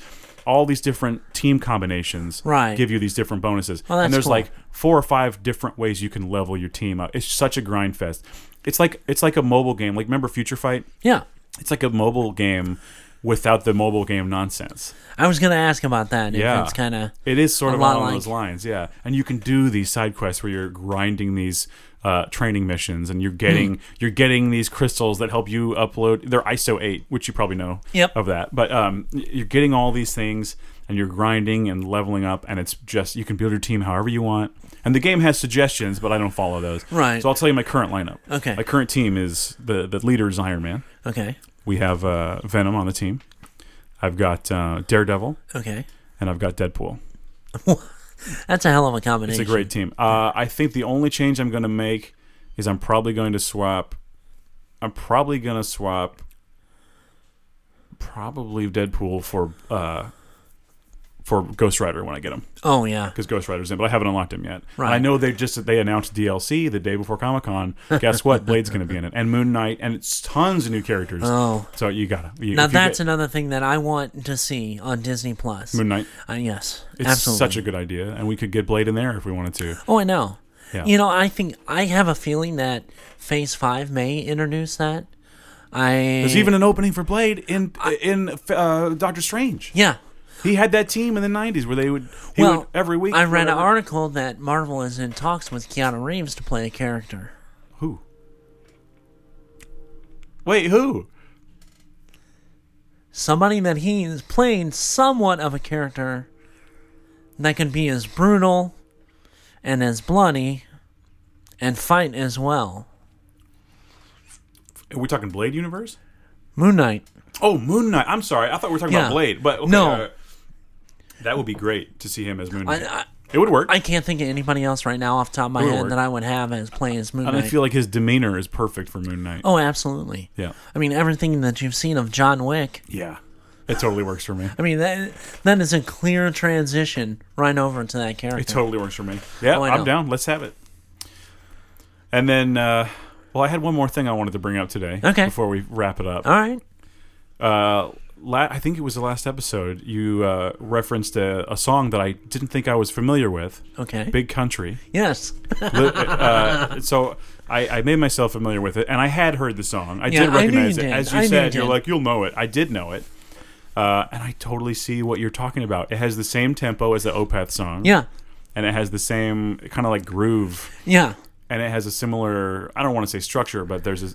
[SPEAKER 1] All these different team combinations
[SPEAKER 2] Right.
[SPEAKER 1] give you these different bonuses,
[SPEAKER 2] Oh, that's
[SPEAKER 1] and there's
[SPEAKER 2] cool.
[SPEAKER 1] like four or five different ways you can level your team up. It's such a grind fest. It's like it's like a mobile game. Like remember Future Fight?
[SPEAKER 2] Yeah.
[SPEAKER 1] It's like a mobile game without the mobile game nonsense.
[SPEAKER 2] I was gonna ask about that. if
[SPEAKER 1] Yeah.
[SPEAKER 2] It's kind of
[SPEAKER 1] It is sort
[SPEAKER 2] A
[SPEAKER 1] of
[SPEAKER 2] lot
[SPEAKER 1] along
[SPEAKER 2] like-
[SPEAKER 1] those lines, yeah. And you can do these side quests where you're grinding these uh, training missions, and
[SPEAKER 2] Hmm.
[SPEAKER 1] you're getting you're getting these crystals that help you upload. They're ISO eight, which you probably know
[SPEAKER 2] Yep.
[SPEAKER 1] of that. But um, y- you're getting all these things, and you're grinding and leveling up, and it's just you can build your team however you want. And the game has suggestions, but I don't follow those.
[SPEAKER 2] Right.
[SPEAKER 1] So I'll tell you my current lineup.
[SPEAKER 2] Okay.
[SPEAKER 1] My current team is the the leader is Iron Man.
[SPEAKER 2] okay.
[SPEAKER 1] We have uh, Venom on the team. I've got uh, Daredevil
[SPEAKER 2] Okay.
[SPEAKER 1] and I've got Deadpool.
[SPEAKER 2] That's a hell of a combination.
[SPEAKER 1] It's a great team. Uh, I think the only change I'm going to make is I'm probably going to swap. I'm probably going to swap. Probably Deadpool for uh, for Ghost Rider when I get him
[SPEAKER 2] Oh yeah.
[SPEAKER 1] because Ghost Rider's in, but I haven't unlocked him yet.
[SPEAKER 2] Right.
[SPEAKER 1] I know they just they announced DLC the day before Comic Con. Guess
[SPEAKER 2] [LAUGHS]
[SPEAKER 1] what? Blade's going to be in it, and Moon Knight, and it's tons of new characters.
[SPEAKER 2] Oh.
[SPEAKER 1] so you gotta you,
[SPEAKER 2] Now
[SPEAKER 1] if you
[SPEAKER 2] that's
[SPEAKER 1] get
[SPEAKER 2] another thing that I want to see on Disney Plus.
[SPEAKER 1] Moon Knight.
[SPEAKER 2] Uh, yes,
[SPEAKER 1] It's
[SPEAKER 2] absolutely.
[SPEAKER 1] such a good idea, and we could get Blade in there if we wanted to.
[SPEAKER 2] oh, I know.
[SPEAKER 1] Yeah.
[SPEAKER 2] You know, I think I have a feeling that Phase Five may introduce that. I
[SPEAKER 1] There's even an opening for Blade in in uh, Doctor Strange.
[SPEAKER 2] yeah.
[SPEAKER 1] He had that team in the '90s where they would he
[SPEAKER 2] Well,
[SPEAKER 1] would every week.
[SPEAKER 2] I read an
[SPEAKER 1] whatever-
[SPEAKER 2] article that Marvel is in talks with Keanu Reeves to play a character.
[SPEAKER 1] Who? Wait, who?
[SPEAKER 2] Somebody that he is playing somewhat of a character that can be as brutal and as bloody and fight as well.
[SPEAKER 1] Are we talking Blade universe?
[SPEAKER 2] Moon Knight.
[SPEAKER 1] Oh, Moon Knight. I'm sorry, I thought we were talking
[SPEAKER 2] Yeah.
[SPEAKER 1] about Blade, but okay,
[SPEAKER 2] No.
[SPEAKER 1] all right. that would be great to see him as Moon Knight.
[SPEAKER 2] I, I,
[SPEAKER 1] it would work,
[SPEAKER 2] I can't think of anybody else right now off the top of my
[SPEAKER 1] It would
[SPEAKER 2] head
[SPEAKER 1] work.
[SPEAKER 2] that I would have as playing as Moon
[SPEAKER 1] and I
[SPEAKER 2] Knight.
[SPEAKER 1] feel like his demeanor is perfect for Moon Knight.
[SPEAKER 2] oh, absolutely.
[SPEAKER 1] Yeah,
[SPEAKER 2] I mean, everything that you've seen of John Wick.
[SPEAKER 1] yeah, it totally works for me.
[SPEAKER 2] I mean, that that is a clear transition right over to that character.
[SPEAKER 1] It totally works
[SPEAKER 2] [LAUGHS]
[SPEAKER 1] for me. Yeah,
[SPEAKER 2] Oh, I
[SPEAKER 1] I'm
[SPEAKER 2] know.
[SPEAKER 1] down. Let's have it. And then, uh, well, I had one more thing I wanted to bring up today.
[SPEAKER 2] Okay. Oh.
[SPEAKER 1] Before we wrap it up,
[SPEAKER 2] All right.
[SPEAKER 1] uh, la- I think it was the last episode you uh, referenced a, a song that I didn't think I was familiar with,
[SPEAKER 2] Okay.
[SPEAKER 1] "Big Country."
[SPEAKER 2] yes.
[SPEAKER 1] Li- uh, so I, I made myself familiar with it, and I had heard the song. I
[SPEAKER 2] Yeah, I
[SPEAKER 1] did
[SPEAKER 2] knew you
[SPEAKER 1] recognize it.
[SPEAKER 2] did.
[SPEAKER 1] As
[SPEAKER 2] I
[SPEAKER 1] you
[SPEAKER 2] knew you
[SPEAKER 1] said, you're
[SPEAKER 2] did.
[SPEAKER 1] like, you'll know it. I did know it. Uh, and I totally see what you're talking about. It has the same tempo as the Opeth song.
[SPEAKER 2] Yeah.
[SPEAKER 1] And it has the same kind of like groove
[SPEAKER 2] Yeah.
[SPEAKER 1] and it has a similar I don't want to say structure, but there's a,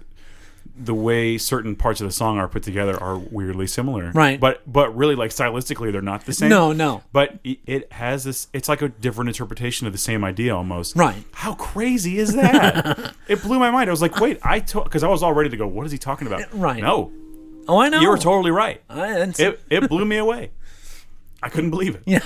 [SPEAKER 1] the way certain parts of the song are put together are weirdly similar.
[SPEAKER 2] Right.
[SPEAKER 1] But but really like stylistically they're not the same.
[SPEAKER 2] No, no.
[SPEAKER 1] But i- it has this it's like a different interpretation of the same idea almost.
[SPEAKER 2] Right.
[SPEAKER 1] How crazy is
[SPEAKER 2] [LAUGHS]
[SPEAKER 1] that? it blew my mind. I was like, "Wait, I cuz I was all ready to go, what is he talking about?"
[SPEAKER 2] Uh, Right.
[SPEAKER 1] No.
[SPEAKER 2] Oh, I know.
[SPEAKER 1] You were totally right.
[SPEAKER 2] I, it's-
[SPEAKER 1] It it blew me away. I couldn't believe it.
[SPEAKER 2] yeah.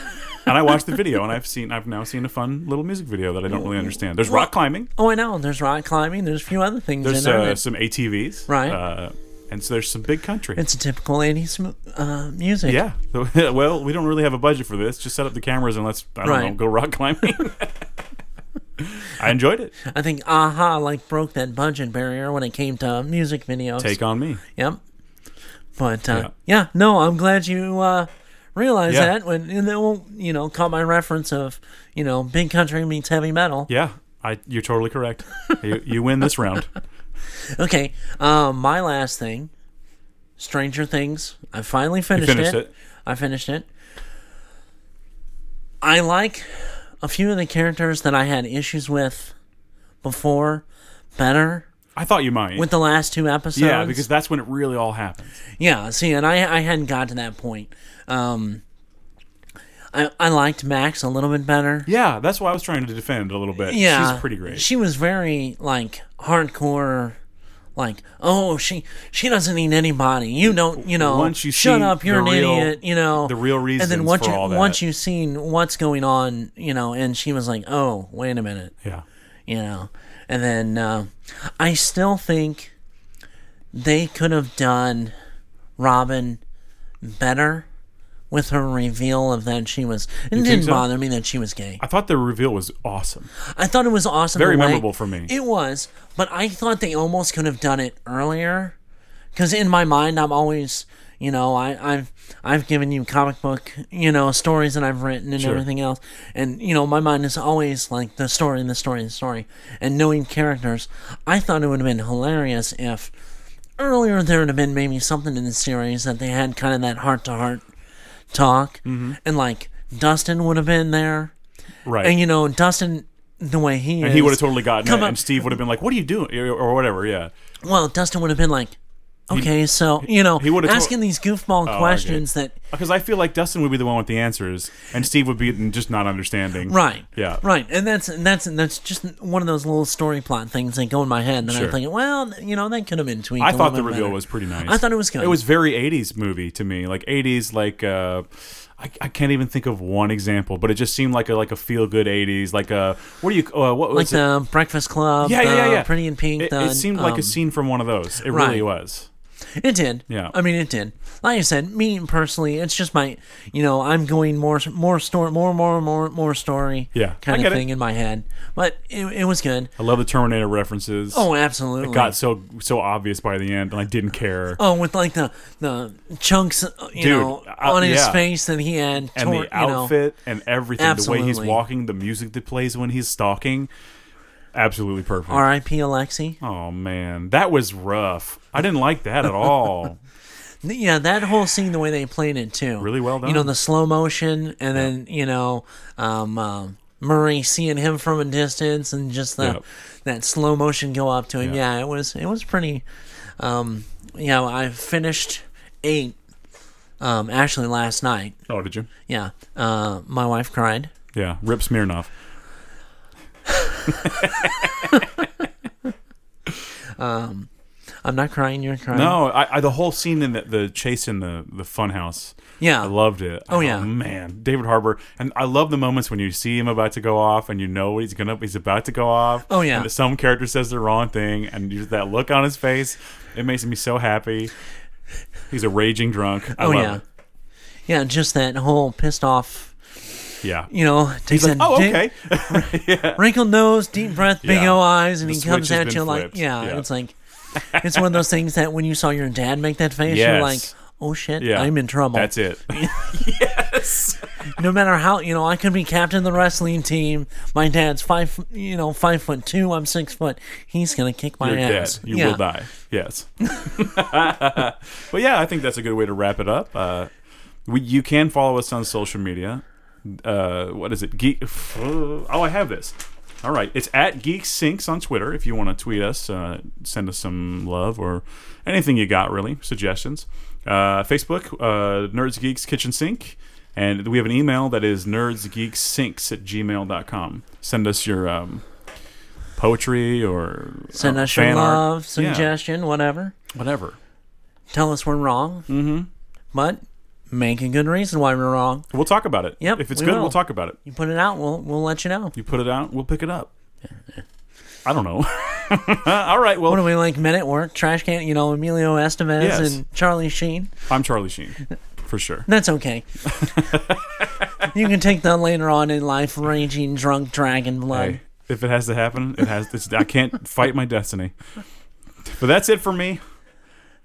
[SPEAKER 1] And I watched the video and I've seen I've now seen a fun little music video that I don't really understand. There's rock climbing.
[SPEAKER 2] Oh, I know. There's rock climbing. There's a few other things
[SPEAKER 1] There's
[SPEAKER 2] in there.
[SPEAKER 1] uh,
[SPEAKER 2] that-
[SPEAKER 1] some ATVs,
[SPEAKER 2] Right.
[SPEAKER 1] Uh, and so there's some big country.
[SPEAKER 2] it's a typical 80s mu- uh, music.
[SPEAKER 1] yeah. [LAUGHS] So, well, we don't really have a budget for this. Just set up the cameras and let's I don't
[SPEAKER 2] Right.
[SPEAKER 1] know go rock climbing.
[SPEAKER 2] [LAUGHS]
[SPEAKER 1] I enjoyed it.
[SPEAKER 2] I think Aha like broke that budget barrier when it came to music videos.
[SPEAKER 1] Take on me.
[SPEAKER 2] Yep. But uh, yeah. no, I'm glad you uh, realized
[SPEAKER 1] Yeah.
[SPEAKER 2] that when and then you know caught my reference of you know big country meets heavy metal.
[SPEAKER 1] Yeah, I, you're totally correct. you, you win this round.
[SPEAKER 2] Okay, um, my last thing, Stranger Things. I finally finished,
[SPEAKER 1] finished it.
[SPEAKER 2] I finished it. I like a few of the characters that I had issues with before better
[SPEAKER 1] I thought you might.
[SPEAKER 2] with the last two episodes.
[SPEAKER 1] yeah, because that's when it really all happens.
[SPEAKER 2] Yeah, see, and I I hadn't got to that point. Um, I I liked Max a little bit better.
[SPEAKER 1] Yeah, that's why I was trying to defend a little bit.
[SPEAKER 2] Yeah,
[SPEAKER 1] she's pretty great.
[SPEAKER 2] She was very like hardcore, like oh she she doesn't need anybody. You don't you know.
[SPEAKER 1] Once you
[SPEAKER 2] shut
[SPEAKER 1] see
[SPEAKER 2] up, you're an
[SPEAKER 1] the real-
[SPEAKER 2] idiot. You know
[SPEAKER 1] the real
[SPEAKER 2] And then
[SPEAKER 1] reasons
[SPEAKER 2] once
[SPEAKER 1] for
[SPEAKER 2] you
[SPEAKER 1] all that.
[SPEAKER 2] once you've seen what's going on, you know, and she was like, oh wait a minute,
[SPEAKER 1] yeah,
[SPEAKER 2] you know, and then uh, I still think they could have done Robin better. With her reveal of that she was, it didn't
[SPEAKER 1] so?
[SPEAKER 2] bother me that she was gay.
[SPEAKER 1] I thought the reveal was awesome.
[SPEAKER 2] I thought it was awesome.
[SPEAKER 1] Very
[SPEAKER 2] the way-
[SPEAKER 1] memorable for me.
[SPEAKER 2] It was, but I thought they almost could have done it earlier, because in my mind, I'm always, you know, I, I've I've given you comic book, you know, stories that I've written and everything else, and you know, my mind is always like the story, the story, the story, and knowing characters. I thought it would have been hilarious if earlier there would have been maybe something in the series that they had kind of that heart to heart talk,
[SPEAKER 1] Mm-hmm.
[SPEAKER 2] and like Dustin would have been there.
[SPEAKER 1] Right.
[SPEAKER 2] And you know, Dustin, the way he
[SPEAKER 1] And
[SPEAKER 2] is,
[SPEAKER 1] he would have totally gotten
[SPEAKER 2] Come
[SPEAKER 1] it,
[SPEAKER 2] on.
[SPEAKER 1] and Steve would have been like, "What are you doing?" or or whatever. Yeah,
[SPEAKER 2] well, Dustin would have been like, okay, so you know,
[SPEAKER 1] he would have to- Oh,
[SPEAKER 2] asking these goofball questions that
[SPEAKER 1] because I feel like Dustin would be the one with the answers, and Steve would be just not understanding.
[SPEAKER 2] right,
[SPEAKER 1] Yeah.
[SPEAKER 2] right, and that's and that's and that's just one of those little story plot things that go in my head, and
[SPEAKER 1] Sure.
[SPEAKER 2] I'm thinking, well, you know, that could have been tweaked.
[SPEAKER 1] I
[SPEAKER 2] a
[SPEAKER 1] thought the
[SPEAKER 2] little bit
[SPEAKER 1] reveal
[SPEAKER 2] better.
[SPEAKER 1] was pretty nice.
[SPEAKER 2] I thought it was good.
[SPEAKER 1] It was very '80s movie to me, like '80s, like uh, I, I can't even think of one example, but it just seemed like a like a feel good '80s, like a what do you uh, what
[SPEAKER 2] like
[SPEAKER 1] was it?
[SPEAKER 2] the Breakfast Club,
[SPEAKER 1] yeah,
[SPEAKER 2] the
[SPEAKER 1] yeah, yeah, yeah,
[SPEAKER 2] Pretty in Pink.
[SPEAKER 1] It,
[SPEAKER 2] the,
[SPEAKER 1] it seemed like
[SPEAKER 2] um,
[SPEAKER 1] a scene from one of those. It really
[SPEAKER 2] right.
[SPEAKER 1] was.
[SPEAKER 2] It did.
[SPEAKER 1] Yeah.
[SPEAKER 2] I mean, it did. Like I said, me personally, it's just my, you know, I'm going more, more story, more, more, more, more story.
[SPEAKER 1] Yeah, I
[SPEAKER 2] Kind
[SPEAKER 1] get
[SPEAKER 2] of
[SPEAKER 1] it.
[SPEAKER 2] thing in my head, but it, it was good.
[SPEAKER 1] I love the Terminator references.
[SPEAKER 2] Oh, absolutely.
[SPEAKER 1] got so so obvious by the end, and I didn't care.
[SPEAKER 2] Oh, with like the the chunks, uh, you
[SPEAKER 1] Dude,
[SPEAKER 2] know,
[SPEAKER 1] uh,
[SPEAKER 2] on his
[SPEAKER 1] yeah.
[SPEAKER 2] face that he had,
[SPEAKER 1] and
[SPEAKER 2] tor-
[SPEAKER 1] the outfit and everything, the way he's
[SPEAKER 2] Absolutely.
[SPEAKER 1] walking, the music that plays when he's stalking, absolutely perfect.
[SPEAKER 2] You know, R.I.P. Alexi.
[SPEAKER 1] Oh man, that was rough. I didn't like that at all.
[SPEAKER 2] Yeah, that whole scene, the way they played it too,
[SPEAKER 1] Really well
[SPEAKER 2] You know,
[SPEAKER 1] done.
[SPEAKER 2] the slow motion, and then you know, um, um, Murray seeing him from a distance, and just the
[SPEAKER 1] Yep.
[SPEAKER 2] that slow motion go up to him.
[SPEAKER 1] Yeah.
[SPEAKER 2] Yeah, it was it was pretty. Um, you know, I finished eight. Um, actually, last night.
[SPEAKER 1] [LAUGHS] oh, did you?
[SPEAKER 2] Yeah, uh, my wife cried.
[SPEAKER 1] Yeah, Rip Smirnoff.
[SPEAKER 2] I'm not crying. You're crying.
[SPEAKER 1] No, I, I the whole scene in the, the chase in the the funhouse.
[SPEAKER 2] Yeah.
[SPEAKER 1] I loved it. Oh
[SPEAKER 2] yeah.
[SPEAKER 1] man, David Harbour, and I love the moments when you see him about to go off, and you know he's gonna he's about to go off.
[SPEAKER 2] Oh, yeah.
[SPEAKER 1] and some character says the wrong thing, and you that look on his face, it makes me so happy. He's a raging drunk. I
[SPEAKER 2] Oh
[SPEAKER 1] love
[SPEAKER 2] yeah,
[SPEAKER 1] it.
[SPEAKER 2] yeah. Just that whole pissed off.
[SPEAKER 1] Yeah.
[SPEAKER 2] You know, takes that
[SPEAKER 1] Oh,
[SPEAKER 2] di-
[SPEAKER 1] okay. [LAUGHS]
[SPEAKER 2] wrinkled nose, deep breath, big
[SPEAKER 1] Yeah.
[SPEAKER 2] O eyes, and
[SPEAKER 1] The
[SPEAKER 2] he
[SPEAKER 1] switch
[SPEAKER 2] comes
[SPEAKER 1] has
[SPEAKER 2] at
[SPEAKER 1] been
[SPEAKER 2] you like,
[SPEAKER 1] flipped.
[SPEAKER 2] yeah,
[SPEAKER 1] Yeah.
[SPEAKER 2] It's like, it's one of those things that when you saw your dad make that face, you're like,
[SPEAKER 1] Yes.
[SPEAKER 2] oh shit,
[SPEAKER 1] Yeah.
[SPEAKER 2] I'm in trouble.
[SPEAKER 1] That's
[SPEAKER 2] [LAUGHS]
[SPEAKER 1] it.
[SPEAKER 2] No matter how you know, I could be captain of the wrestling team. My dad's five, you know, five foot two. I'm six foot. He's gonna kick my
[SPEAKER 1] You're dead.
[SPEAKER 2] ass.
[SPEAKER 1] You
[SPEAKER 2] yeah.
[SPEAKER 1] will die. Yes. [LAUGHS] but yeah, I think that's a good way to wrap it up. Uh, we, you can follow us on social media. Uh, what is it? Geek. [SIGHS] Oh, I have this. All right, it's at Geek Sinks on Twitter. If you want to tweet us, uh, send us some love or anything you got, really suggestions. Uh, Facebook, uh, Nerds Geeks Kitchen Sink, and we have an email that is nerdsgeeksinks at gmail.com. Send us your um, poetry or
[SPEAKER 2] Send
[SPEAKER 1] uh,
[SPEAKER 2] us your
[SPEAKER 1] fan art.
[SPEAKER 2] love,
[SPEAKER 1] Yeah
[SPEAKER 2] suggestion, whatever.
[SPEAKER 1] whatever.
[SPEAKER 2] Tell us we're wrong. Mm-hmm. But make a good reason why we're wrong.
[SPEAKER 1] We'll talk about it.
[SPEAKER 2] Yep,
[SPEAKER 1] If it's
[SPEAKER 2] we
[SPEAKER 1] good,
[SPEAKER 2] will.
[SPEAKER 1] we'll talk about it.
[SPEAKER 2] You put it out, we'll we'll let you know.
[SPEAKER 1] You put it out, we'll pick it up. I don't know. [LAUGHS] All right.
[SPEAKER 2] What are
[SPEAKER 1] Well,
[SPEAKER 2] we like? Men at Work, Trash Can, you know, Emilio Estevez
[SPEAKER 1] Yes.
[SPEAKER 2] and Charlie Sheen.
[SPEAKER 1] I'm Charlie Sheen for sure. [LAUGHS]
[SPEAKER 2] That's okay. you can take that later on in life, raging drunk dragon blood.
[SPEAKER 1] Hey, if it has to happen, it has. It's, I can't fight my destiny. But that's it for me.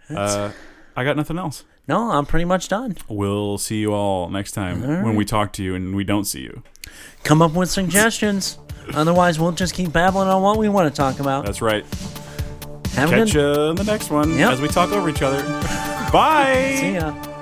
[SPEAKER 1] Uh, I got nothing else.
[SPEAKER 2] No, I'm pretty much done.
[SPEAKER 1] We'll see you all next time when we talk to you and we don't see you.
[SPEAKER 2] Come up with suggestions. Otherwise, we'll just keep babbling on what we want to talk about.
[SPEAKER 1] That's right.
[SPEAKER 2] Have a
[SPEAKER 1] Catch
[SPEAKER 2] good
[SPEAKER 1] you in the next one
[SPEAKER 2] Oh. Yep.
[SPEAKER 1] as we talk over each other. Bye.
[SPEAKER 2] see ya.